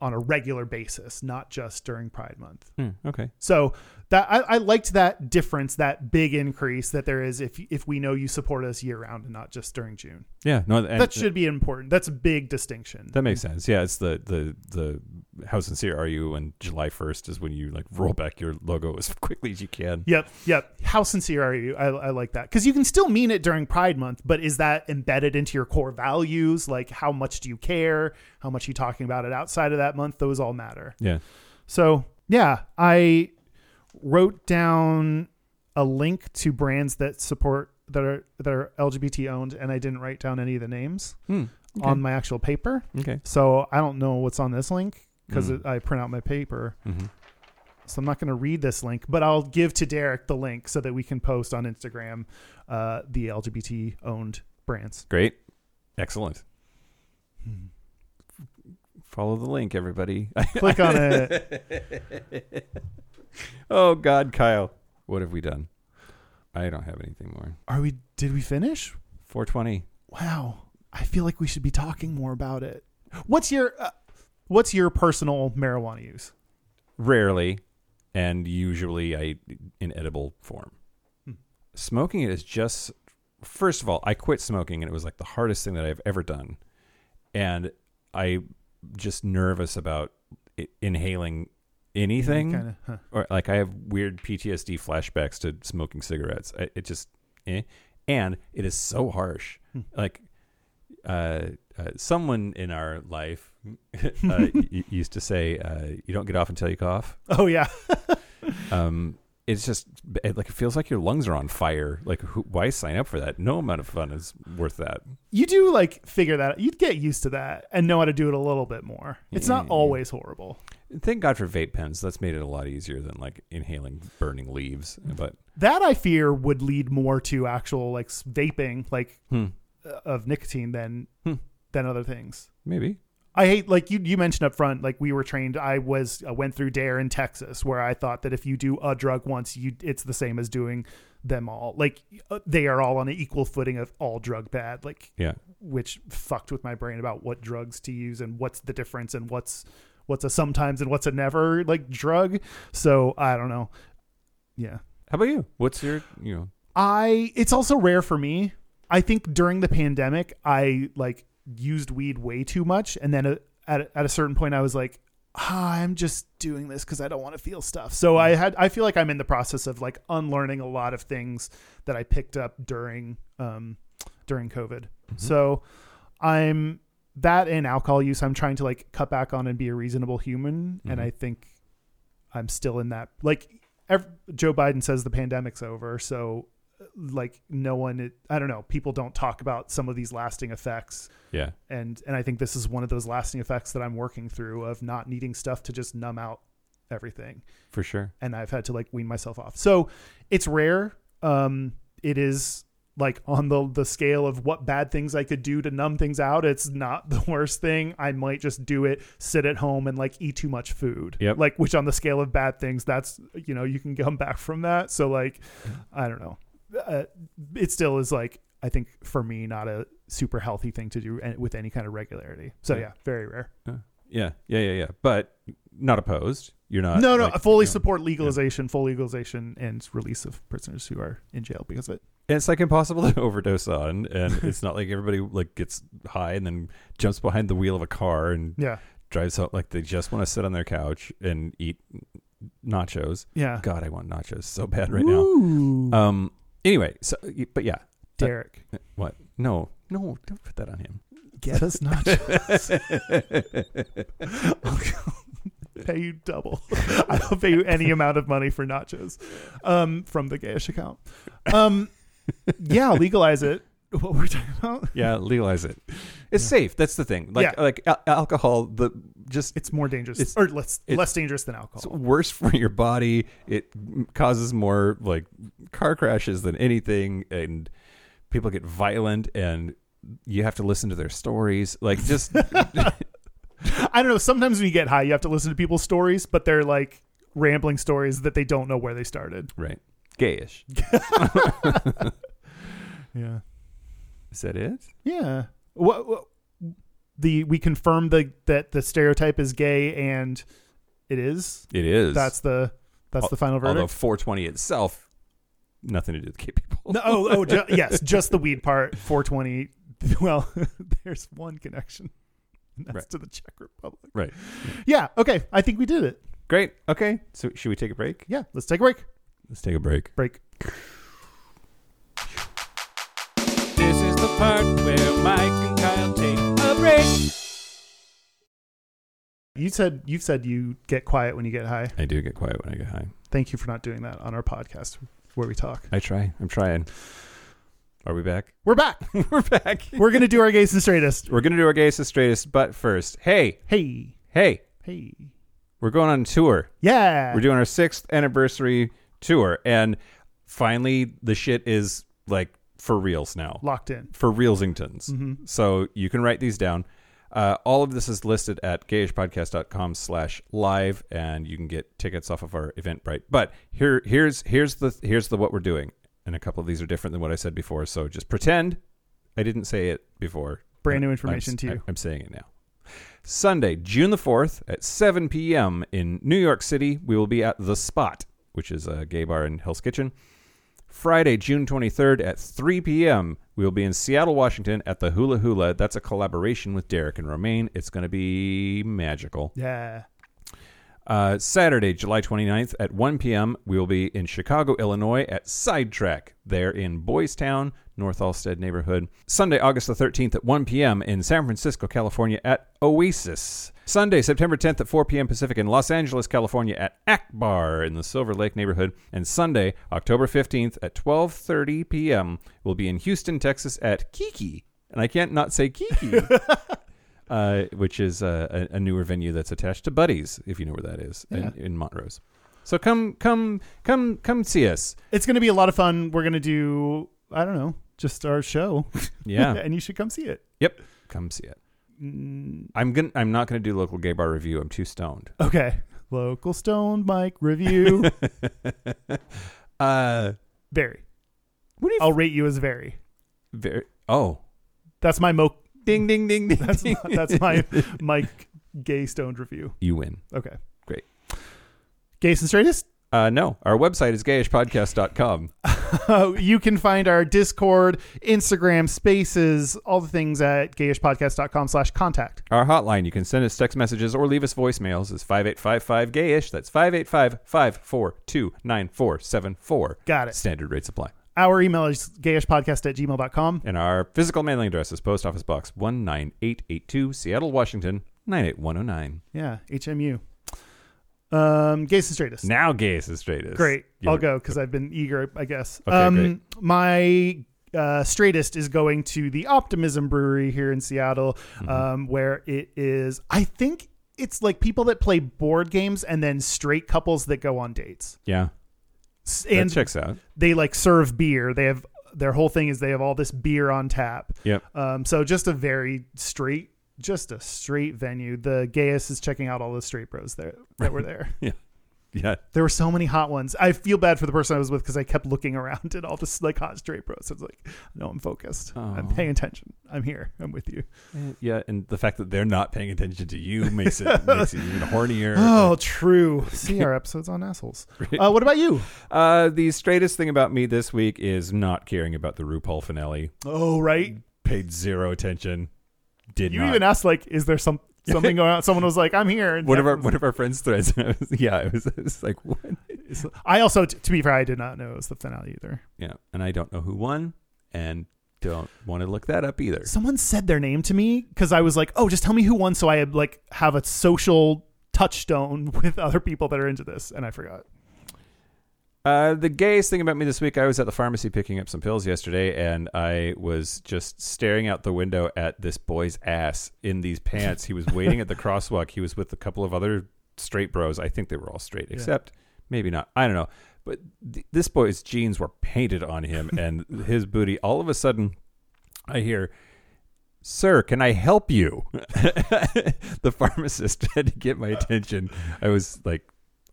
[SPEAKER 2] on a regular basis not just during pride month
[SPEAKER 1] Hmm, okay.
[SPEAKER 2] so that I, I liked that difference that big increase that there is if if we know you support us year round and not just during june
[SPEAKER 1] Yeah. No. And,
[SPEAKER 2] that should be important that's a big distinction
[SPEAKER 1] That makes sense. Yeah, it's the the the how sincere are you? And July first is when you like roll back your logo as *laughs* quickly as you can.
[SPEAKER 2] Yep, yep. How sincere are you? I, I like that because you can still mean it during Pride Month, but is that embedded into your core values? Like, how much do you care? How much are you talking about it outside of that month? Those all matter.
[SPEAKER 1] Yeah.
[SPEAKER 2] So, yeah, I wrote down a link to brands that support that are that are LGBT owned, and I didn't write down any of the names
[SPEAKER 1] Hmm, Okay.
[SPEAKER 2] on my actual paper.
[SPEAKER 1] Okay.
[SPEAKER 2] So I don't know what's on this link because uh,
[SPEAKER 1] Mm.
[SPEAKER 2] I print out my paper.
[SPEAKER 1] Mhm.
[SPEAKER 2] So I'm not going to read this link, but I'll give to Derek the link so that we can post on Instagram uh, the LGBT owned brands.
[SPEAKER 1] Great. Excellent. Follow the link, everybody. *laughs*
[SPEAKER 2] Click on it.
[SPEAKER 1] oh God, Kyle, what have we done? I don't have anything more.
[SPEAKER 2] Are we? Did we finish?
[SPEAKER 1] Four twenty.
[SPEAKER 2] Wow. I feel like we should be talking more about it. What's your uh, What's your personal marijuana use?
[SPEAKER 1] Rarely, and usually I in edible form.
[SPEAKER 2] Hmm.
[SPEAKER 1] Smoking it is just. First of all, I quit smoking, and it was like the hardest thing that I've ever done, and I just nervous about i- inhaling anything.
[SPEAKER 2] Kind of. Huh.
[SPEAKER 1] or like I have weird PTSD flashbacks to smoking cigarettes. I, it just, eh. and it is so harsh.
[SPEAKER 2] Hmm.
[SPEAKER 1] Like, uh, uh, someone in our life *laughs*
[SPEAKER 2] *laughs*
[SPEAKER 1] uh, y- used to say, uh, "You don't get off until you cough."
[SPEAKER 2] Oh yeah.
[SPEAKER 1] Um, it's just it, like it feels like your lungs are on fire. Like, who, why sign up for that? No amount of fun is worth that.
[SPEAKER 2] you do like figure that you'd get used to that and know how to do it a little bit more it's not
[SPEAKER 1] Yeah.
[SPEAKER 2] always horrible
[SPEAKER 1] Thank God for vape pens. That's made it a lot easier than like inhaling burning leaves. But
[SPEAKER 2] that i fear would lead more to actual like s- vaping like
[SPEAKER 1] hmm,
[SPEAKER 2] uh, of nicotine than
[SPEAKER 1] Hmm.
[SPEAKER 2] than other things
[SPEAKER 1] maybe
[SPEAKER 2] i hate like you you mentioned up front like we were trained i was I went through dare E in texas where i thought that if you do a drug once you it's the same as doing them all like uh, they are all on an equal footing of all drug bad like
[SPEAKER 1] yeah.
[SPEAKER 2] which fucked with my brain about what drugs to use and what's the difference and what's what's a sometimes and what's a never like drug. So I don't know. Yeah.
[SPEAKER 1] How about you? What's your you know?
[SPEAKER 2] I it's also rare for me. I think during the pandemic I like used weed way too much and then uh, at a- at a certain point I was like ah, I'm just doing this cuz I don't want to feel stuff. So I had I feel like I'm in the process of like unlearning a lot of things that I picked up during um during
[SPEAKER 1] hmm?
[SPEAKER 2] COVID. Mm-hmm. So I'm that and alcohol use I'm trying to like cut back on and be a reasonable human and
[SPEAKER 1] Mhm.
[SPEAKER 2] I think I'm still in that like ev- Joe Biden says the pandemic's over, so like no one it, I don't know, people don't talk about some of these lasting effects
[SPEAKER 1] Yeah.
[SPEAKER 2] and and I think this is one of those lasting effects that I'm working through of not needing stuff to just numb out everything
[SPEAKER 1] For sure.
[SPEAKER 2] and I've had to like wean myself off. So it's rare. Um, it is like on the the scale of what bad things I could do to numb things out. It's not the *laughs* worst thing. I might just do it, sit at home and like eat too much food.
[SPEAKER 1] Yep.
[SPEAKER 2] Like which on the scale of bad things, that's you know you can come *laughs* back from that. So like, I don't know. Uh, it still is like I think for me not a super healthy thing to do and- with any kind of regularity. So
[SPEAKER 1] Yeah.
[SPEAKER 2] yeah, very rare.
[SPEAKER 1] Yeah, yeah, yeah, yeah. But not opposed. You're not.
[SPEAKER 2] no, no,
[SPEAKER 1] Uh, like,
[SPEAKER 2] I fully
[SPEAKER 1] you know.
[SPEAKER 2] support legalization, full legalization, and release of prisoners who are in jail because of it.
[SPEAKER 1] It's like impossible to *laughs* overdose on, and it's not like everybody like gets high and then jumps behind the wheel of a car and
[SPEAKER 2] Yeah,
[SPEAKER 1] drives out. Like they just want to sit on their couch and eat nachos.
[SPEAKER 2] yeah.
[SPEAKER 1] God, I want nachos so bad right
[SPEAKER 2] Ooh.
[SPEAKER 1] now. Um. Anyway, so but yeah,
[SPEAKER 2] Derek,
[SPEAKER 1] what? No, no, don't put that on him.
[SPEAKER 2] get
[SPEAKER 1] *laughs*
[SPEAKER 2] us nachos. I'll pay you double. I will pay you any amount of money for nachos um, from the gayish account. Um, yeah, legalize it. What we're talking about? *laughs*
[SPEAKER 1] Yeah, legalize it. It's safe. That's the thing. Like
[SPEAKER 2] Yeah.
[SPEAKER 1] like al- alcohol. The just
[SPEAKER 2] It's more dangerous,
[SPEAKER 1] It's-
[SPEAKER 2] or less
[SPEAKER 1] it's-
[SPEAKER 2] less dangerous than
[SPEAKER 1] It's
[SPEAKER 2] alcohol.
[SPEAKER 1] worse *laughs* for your body. It causes more like car crashes than anything, and people get
[SPEAKER 2] *laughs*
[SPEAKER 1] violent, and you have to listen to their stories. Like just
[SPEAKER 2] I I don't know. Sometimes when you get high, you have to listen to people's stories, but they're like rambling stories that they don't know where they started.
[SPEAKER 1] Right. Gayish.
[SPEAKER 2] Yeah.
[SPEAKER 1] Is that it?
[SPEAKER 2] Yeah. What, what the we confirmed the that the stereotype is gay and it is.
[SPEAKER 1] It is.
[SPEAKER 2] That's the that's the final
[SPEAKER 1] although *laughs*
[SPEAKER 2] verdict.
[SPEAKER 1] 420 itself, nothing to do with gay people.
[SPEAKER 2] No, oh, oh, ju- yes, just the weed part. 420. *laughs* Well, there's one connection. And that's
[SPEAKER 1] Right.
[SPEAKER 2] to the Czech Republic.
[SPEAKER 1] Right.
[SPEAKER 2] Yeah. Okay. I think we did it.
[SPEAKER 1] Great. Okay. So should we take a break?
[SPEAKER 2] Yeah. Let's take a break.
[SPEAKER 1] Let's take a break.
[SPEAKER 2] Break.
[SPEAKER 3] This is the part where Mike and Kyle take a break.
[SPEAKER 2] You said you've said you get quiet when you get high.
[SPEAKER 1] I do get quiet when I get high.
[SPEAKER 2] Thank you for not doing that on our podcast where we talk.
[SPEAKER 1] I try. I'm trying. Are we back? *laughs*
[SPEAKER 2] We're back.
[SPEAKER 1] We're back.
[SPEAKER 2] We're gonna do our gays and straightest.
[SPEAKER 1] We're gonna do our gayest and straightest, but first, hey,
[SPEAKER 2] Hey,
[SPEAKER 1] hey,
[SPEAKER 2] hey.
[SPEAKER 1] we're going on tour.
[SPEAKER 2] Yeah.
[SPEAKER 1] We're doing our sixth anniversary tour, and finally, the shit is like for reals now.
[SPEAKER 2] locked in.
[SPEAKER 1] for Reelsingtons. So you can write these down. Uh, all of this is listed at gayishpodcast.com slash live and you can get tickets off of our Eventbrite. But here here's here's the here's the what we're doing. And a couple of these are different than what I said before, so just pretend I didn't say it before.
[SPEAKER 2] Brand new
[SPEAKER 1] I'm-
[SPEAKER 2] information to you.
[SPEAKER 1] I'm saying it now. Sunday, June the 4th at 7 p.m. in New York City, we will be at The Spot, which is a gay bar in Hell's Kitchen. Friday, June 23rd at 3 p.m., we will be in Seattle, Washington at the Hula Hula. That's a collaboration with Derek and Romaine. It's going to be magical.
[SPEAKER 2] Yeah.
[SPEAKER 1] Uh, Saturday, July 29th at 1 p.m., we will be in Chicago, Illinois at Sidetrack. They're in Boys Town, North Allsted neighborhood. Sunday, August the 13th at 1 p.m. in San Francisco, California at Oasis. Sunday, September 10th at 4 p.m. Pacific in Los Angeles, California at Akbar in the Silver Lake neighborhood. And Sunday, October 15th at 12.30 p.m., we'll be in Houston, Texas at Kiki. And I can't not say *laughs* Kiki. uh, which is uh, a, a newer venue that's attached to Buddies, if you know where that is, in, in Montrose. So come, come, come, come see us.
[SPEAKER 2] It's gonna be a lot of fun. We're gonna do I don't know, just our show.
[SPEAKER 1] Yeah. *laughs*
[SPEAKER 2] *laughs* and you should come see it. Mm,
[SPEAKER 1] yep. Come see it. I'm gonna. I'm not gonna do local gay bar review. I'm too stoned. *laughs*
[SPEAKER 2] Okay. Local Stone Mike review.
[SPEAKER 1] Uh,
[SPEAKER 2] very.
[SPEAKER 1] what do you?
[SPEAKER 2] I'll rate you as very.
[SPEAKER 1] Ver- oh,
[SPEAKER 2] That's my mo.
[SPEAKER 1] ding, ding, ding, ding. *laughs*
[SPEAKER 2] That's my, that's my Mike Gay Stoned review.
[SPEAKER 1] you win.
[SPEAKER 2] Okay.
[SPEAKER 1] Great.
[SPEAKER 2] Gays and straightest.
[SPEAKER 1] Uh, no, our website is gayishpodcast.com.
[SPEAKER 2] Uh, you can find our Discord, Instagram, Spaces, all the things at gayishpodcast.com slash contact.
[SPEAKER 1] Our hotline, you can send us text messages or leave us voicemails, is 5855 gayish. That's 585 542 9474.
[SPEAKER 2] Got it.
[SPEAKER 1] Standard rate supply.
[SPEAKER 2] Our email is gayishpodcast at gmail.com.
[SPEAKER 1] And our physical mailing address is Post Office Box 19882, Seattle, Washington 98109.
[SPEAKER 2] Yeah, HMU. Um, gays and straightest.
[SPEAKER 1] Now gay is the straightest.
[SPEAKER 2] Great.
[SPEAKER 1] You're-
[SPEAKER 2] I'll go because I've been eager, I guess. Um,
[SPEAKER 1] Okay, great.
[SPEAKER 2] My uh, straightest is going to the Optimism Brewery here in Seattle,
[SPEAKER 1] Mm-hmm.
[SPEAKER 2] um, where it is, I think it's like people that play board games and then straight couples that go on dates.
[SPEAKER 1] Yeah.
[SPEAKER 2] S-
[SPEAKER 1] That
[SPEAKER 2] And
[SPEAKER 1] checks out.
[SPEAKER 2] they like serve beer. They have their whole thing is they have all this beer on tap.
[SPEAKER 1] Yep.
[SPEAKER 2] Um, so just a very straight, just a straight venue. The gayest is checking out all the straight bros there that
[SPEAKER 1] *laughs*
[SPEAKER 2] were there.
[SPEAKER 1] Yeah.
[SPEAKER 2] There were so many hot ones. I feel bad for the person I was with because I kept looking around at all this like hot straight bros. I was like, no, I'm focused. I'm
[SPEAKER 1] Oh.
[SPEAKER 2] paying attention. I'm here. I'm with you.
[SPEAKER 1] Yeah. And the fact that they're not paying attention to you makes
[SPEAKER 2] *laughs*
[SPEAKER 1] it, makes it even hornier.
[SPEAKER 2] Oh, true. See our episodes on assholes. Uh, what about you?
[SPEAKER 1] *laughs* Uh, the straightest thing about me this week is not caring about the RuPaul finale.
[SPEAKER 2] Oh, right.
[SPEAKER 1] Paid zero attention. Did
[SPEAKER 2] You
[SPEAKER 1] not.
[SPEAKER 2] even asked like, is there some something going on? Someone was like, I'm here. And
[SPEAKER 1] one of
[SPEAKER 2] that
[SPEAKER 1] our
[SPEAKER 2] was-
[SPEAKER 1] one of our friends threads. *laughs* And I was, yeah, it was, it was like what?
[SPEAKER 2] It's- I also, t- to be fair, I did not know it was the finale either.
[SPEAKER 1] Yeah, and I don't know who won, and don't want to look that up either.
[SPEAKER 2] Someone said their name to me because I was like, "Oh, just tell me who won," so I like have a social touchstone *laughs* with other people that are into this, and I forgot.
[SPEAKER 1] Uh, the gayest thing about me this week, I was at the pharmacy picking up some pills yesterday, and I was just staring out the window at this boy's ass in these pants. He was waiting at the crosswalk. He was with a couple of other straight bros. I think they were all straight, except maybe not. I don't know. But th- this boy's jeans were painted on him, and his booty. All of a sudden, I hear Sir, can I help you? *laughs* the pharmacist *laughs* tried to get my attention. I was like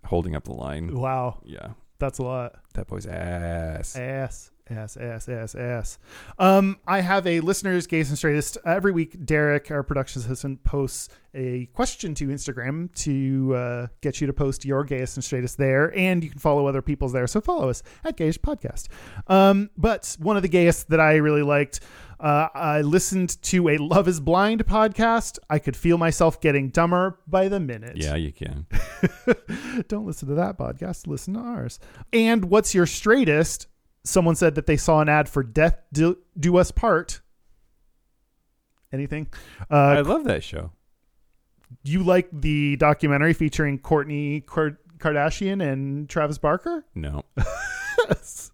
[SPEAKER 1] holding up the line.
[SPEAKER 2] Wow,
[SPEAKER 1] Yeah,
[SPEAKER 2] that's a lot.
[SPEAKER 1] that boy's ass.
[SPEAKER 2] Ass, ass, ass, ass, ass. Um, I have a listener's gaze and straightest. Every week, Derek, our production assistant, posts a question to Instagram to uh, get you to post your gayest and straightest there, and you can follow other people's there. So follow us at Gayish Podcast. Um, but one of the gayest that I really liked. Uh, I listened to a Love is Blind podcast. I could feel myself getting dumber by the minute.
[SPEAKER 1] Yeah, you can.
[SPEAKER 2] Don't listen to that podcast. Listen to ours. And what's your straightest? Someone said that they saw an ad for Death Do, Do Us Part. Anything?
[SPEAKER 1] I
[SPEAKER 2] Uh,
[SPEAKER 1] love that show.
[SPEAKER 2] you like the documentary featuring Courtney Kardashian and Travis
[SPEAKER 1] *laughs*
[SPEAKER 2] Barker?
[SPEAKER 1] No,
[SPEAKER 2] That's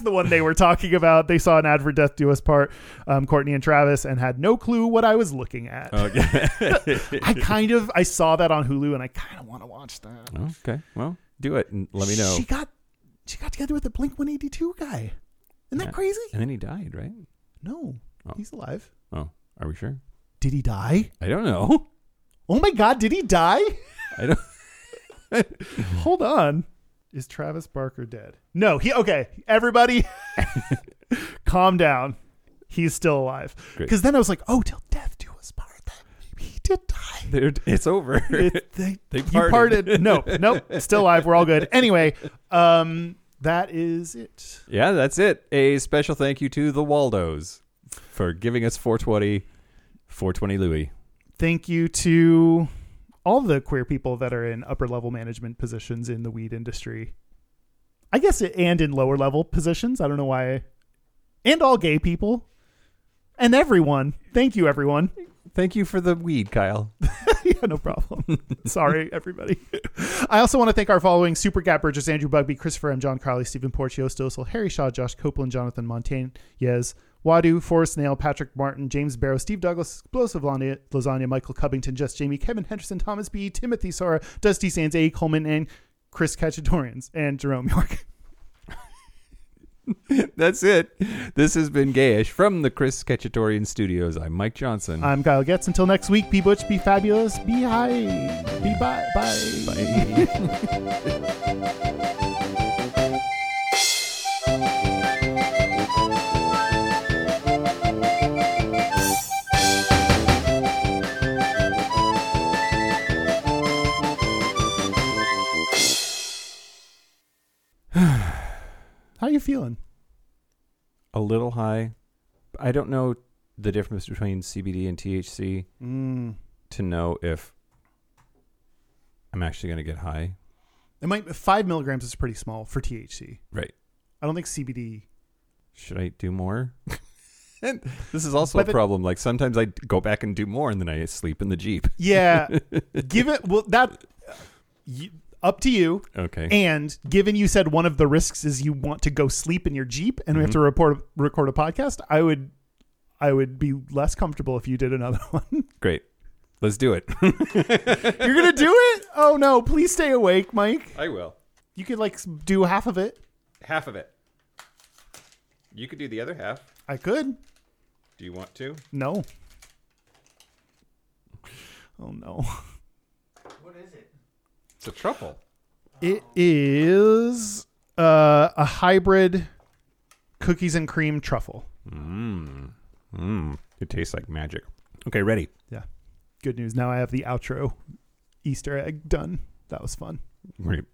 [SPEAKER 2] the one they were talking about. They saw an ad for Death Do Us Part, um, Courtney and Travis, and had no clue what I was looking at.
[SPEAKER 1] Oh. okay,
[SPEAKER 2] I kind of I saw that on Hulu, and I kind of want to watch that.
[SPEAKER 1] okay. Well, do it and let me know.
[SPEAKER 2] She got she got together with a Blink One Eighty Two guy. Isn't
[SPEAKER 1] Yeah.
[SPEAKER 2] that crazy?
[SPEAKER 1] And then he died, right?
[SPEAKER 2] No,
[SPEAKER 1] Oh.
[SPEAKER 2] he's alive.
[SPEAKER 1] Oh, are we sure?
[SPEAKER 2] Did he die?
[SPEAKER 1] I don't know.
[SPEAKER 2] Oh my God, did he die?
[SPEAKER 1] *laughs* I don't.
[SPEAKER 2] *laughs* Hold on. Is Travis Barker dead? No, he okay. Everybody, *laughs* calm down. He's still alive.
[SPEAKER 1] Great.
[SPEAKER 2] Because then I was like, oh, till death do us part. That he did die.
[SPEAKER 1] They're- It's over.
[SPEAKER 2] It- they,
[SPEAKER 1] They
[SPEAKER 2] you
[SPEAKER 1] parted.
[SPEAKER 2] parted. No, nope. Still alive. We're all good. Anyway, um, that is it.
[SPEAKER 1] *laughs* yeah, that's it. A special thank you to the Waldos for giving us 420, 420 *laughs* Louis.
[SPEAKER 2] thank you to all the queer people that are in upper level management positions in the weed industry. I guess it, and in lower level positions. I don't know why. And all gay people. And everyone. Thank you, everyone.
[SPEAKER 1] Thank you for the weed, Kyle.
[SPEAKER 2] *laughs* yeah, no problem. Sorry, everybody. *laughs* I also want to thank our following Super Gap Burgess, Andrew Bugby, Christopher M. John Crowley, Stephen Porcio, Stossel, Harry Shaw, Josh Copeland, Jonathan Montaigne, Yes, Wadu, Forrest Nail, Patrick Martin, James Barrow, Steve Douglas, Explosive Lasagna, Lasagna, Michael Cubbington, Just Jamie, Kevin Henderson, Thomas B., Timothy Sora, Dusty Sands, A. Coleman, and Chris Cacciatorians, and Jerome York. *laughs*
[SPEAKER 1] That's it. This has been Gayish from the Chris Cacciatorian Studios. I'm Mike Johnson.
[SPEAKER 2] I'm Kyle Getz. Until next week, be butch, be fabulous, be high, be bye, bye.
[SPEAKER 1] Bye.
[SPEAKER 2] How you feeling?
[SPEAKER 1] a little high. I don't know the difference between CBD and THC to know if I'm actually going to get high.
[SPEAKER 2] It might five milligrams is pretty small for THC.
[SPEAKER 1] Right.
[SPEAKER 2] I don't think CBD.
[SPEAKER 1] Should I do more? *laughs* and this is also
[SPEAKER 2] But
[SPEAKER 1] a
[SPEAKER 2] the-
[SPEAKER 1] problem. Like sometimes I go back and do more and then I sleep in the Jeep.
[SPEAKER 2] Yeah, give it. Well, that you, up to you.
[SPEAKER 1] Okay.
[SPEAKER 2] And given you said one of the risks is you want to go sleep in your Jeep, and we have to report record a podcast, I would, I would be less comfortable if you did another *laughs* one.
[SPEAKER 1] Great. Let's do it.
[SPEAKER 2] You're gonna do it? Oh no! Please stay awake, Mike.
[SPEAKER 1] I will.
[SPEAKER 2] You could like do half of it.
[SPEAKER 1] Half of it. You could do the other half.
[SPEAKER 2] I could.
[SPEAKER 1] Do you want to?
[SPEAKER 2] No. Oh no.
[SPEAKER 1] It's a truffle.
[SPEAKER 2] It is uh, a hybrid cookies and cream truffle.
[SPEAKER 1] Mm. It tastes like magic. Okay, ready.
[SPEAKER 2] Yeah. Good news. Now I
[SPEAKER 1] *laughs*
[SPEAKER 2] have the outro Easter egg done. That was fun.
[SPEAKER 1] Right.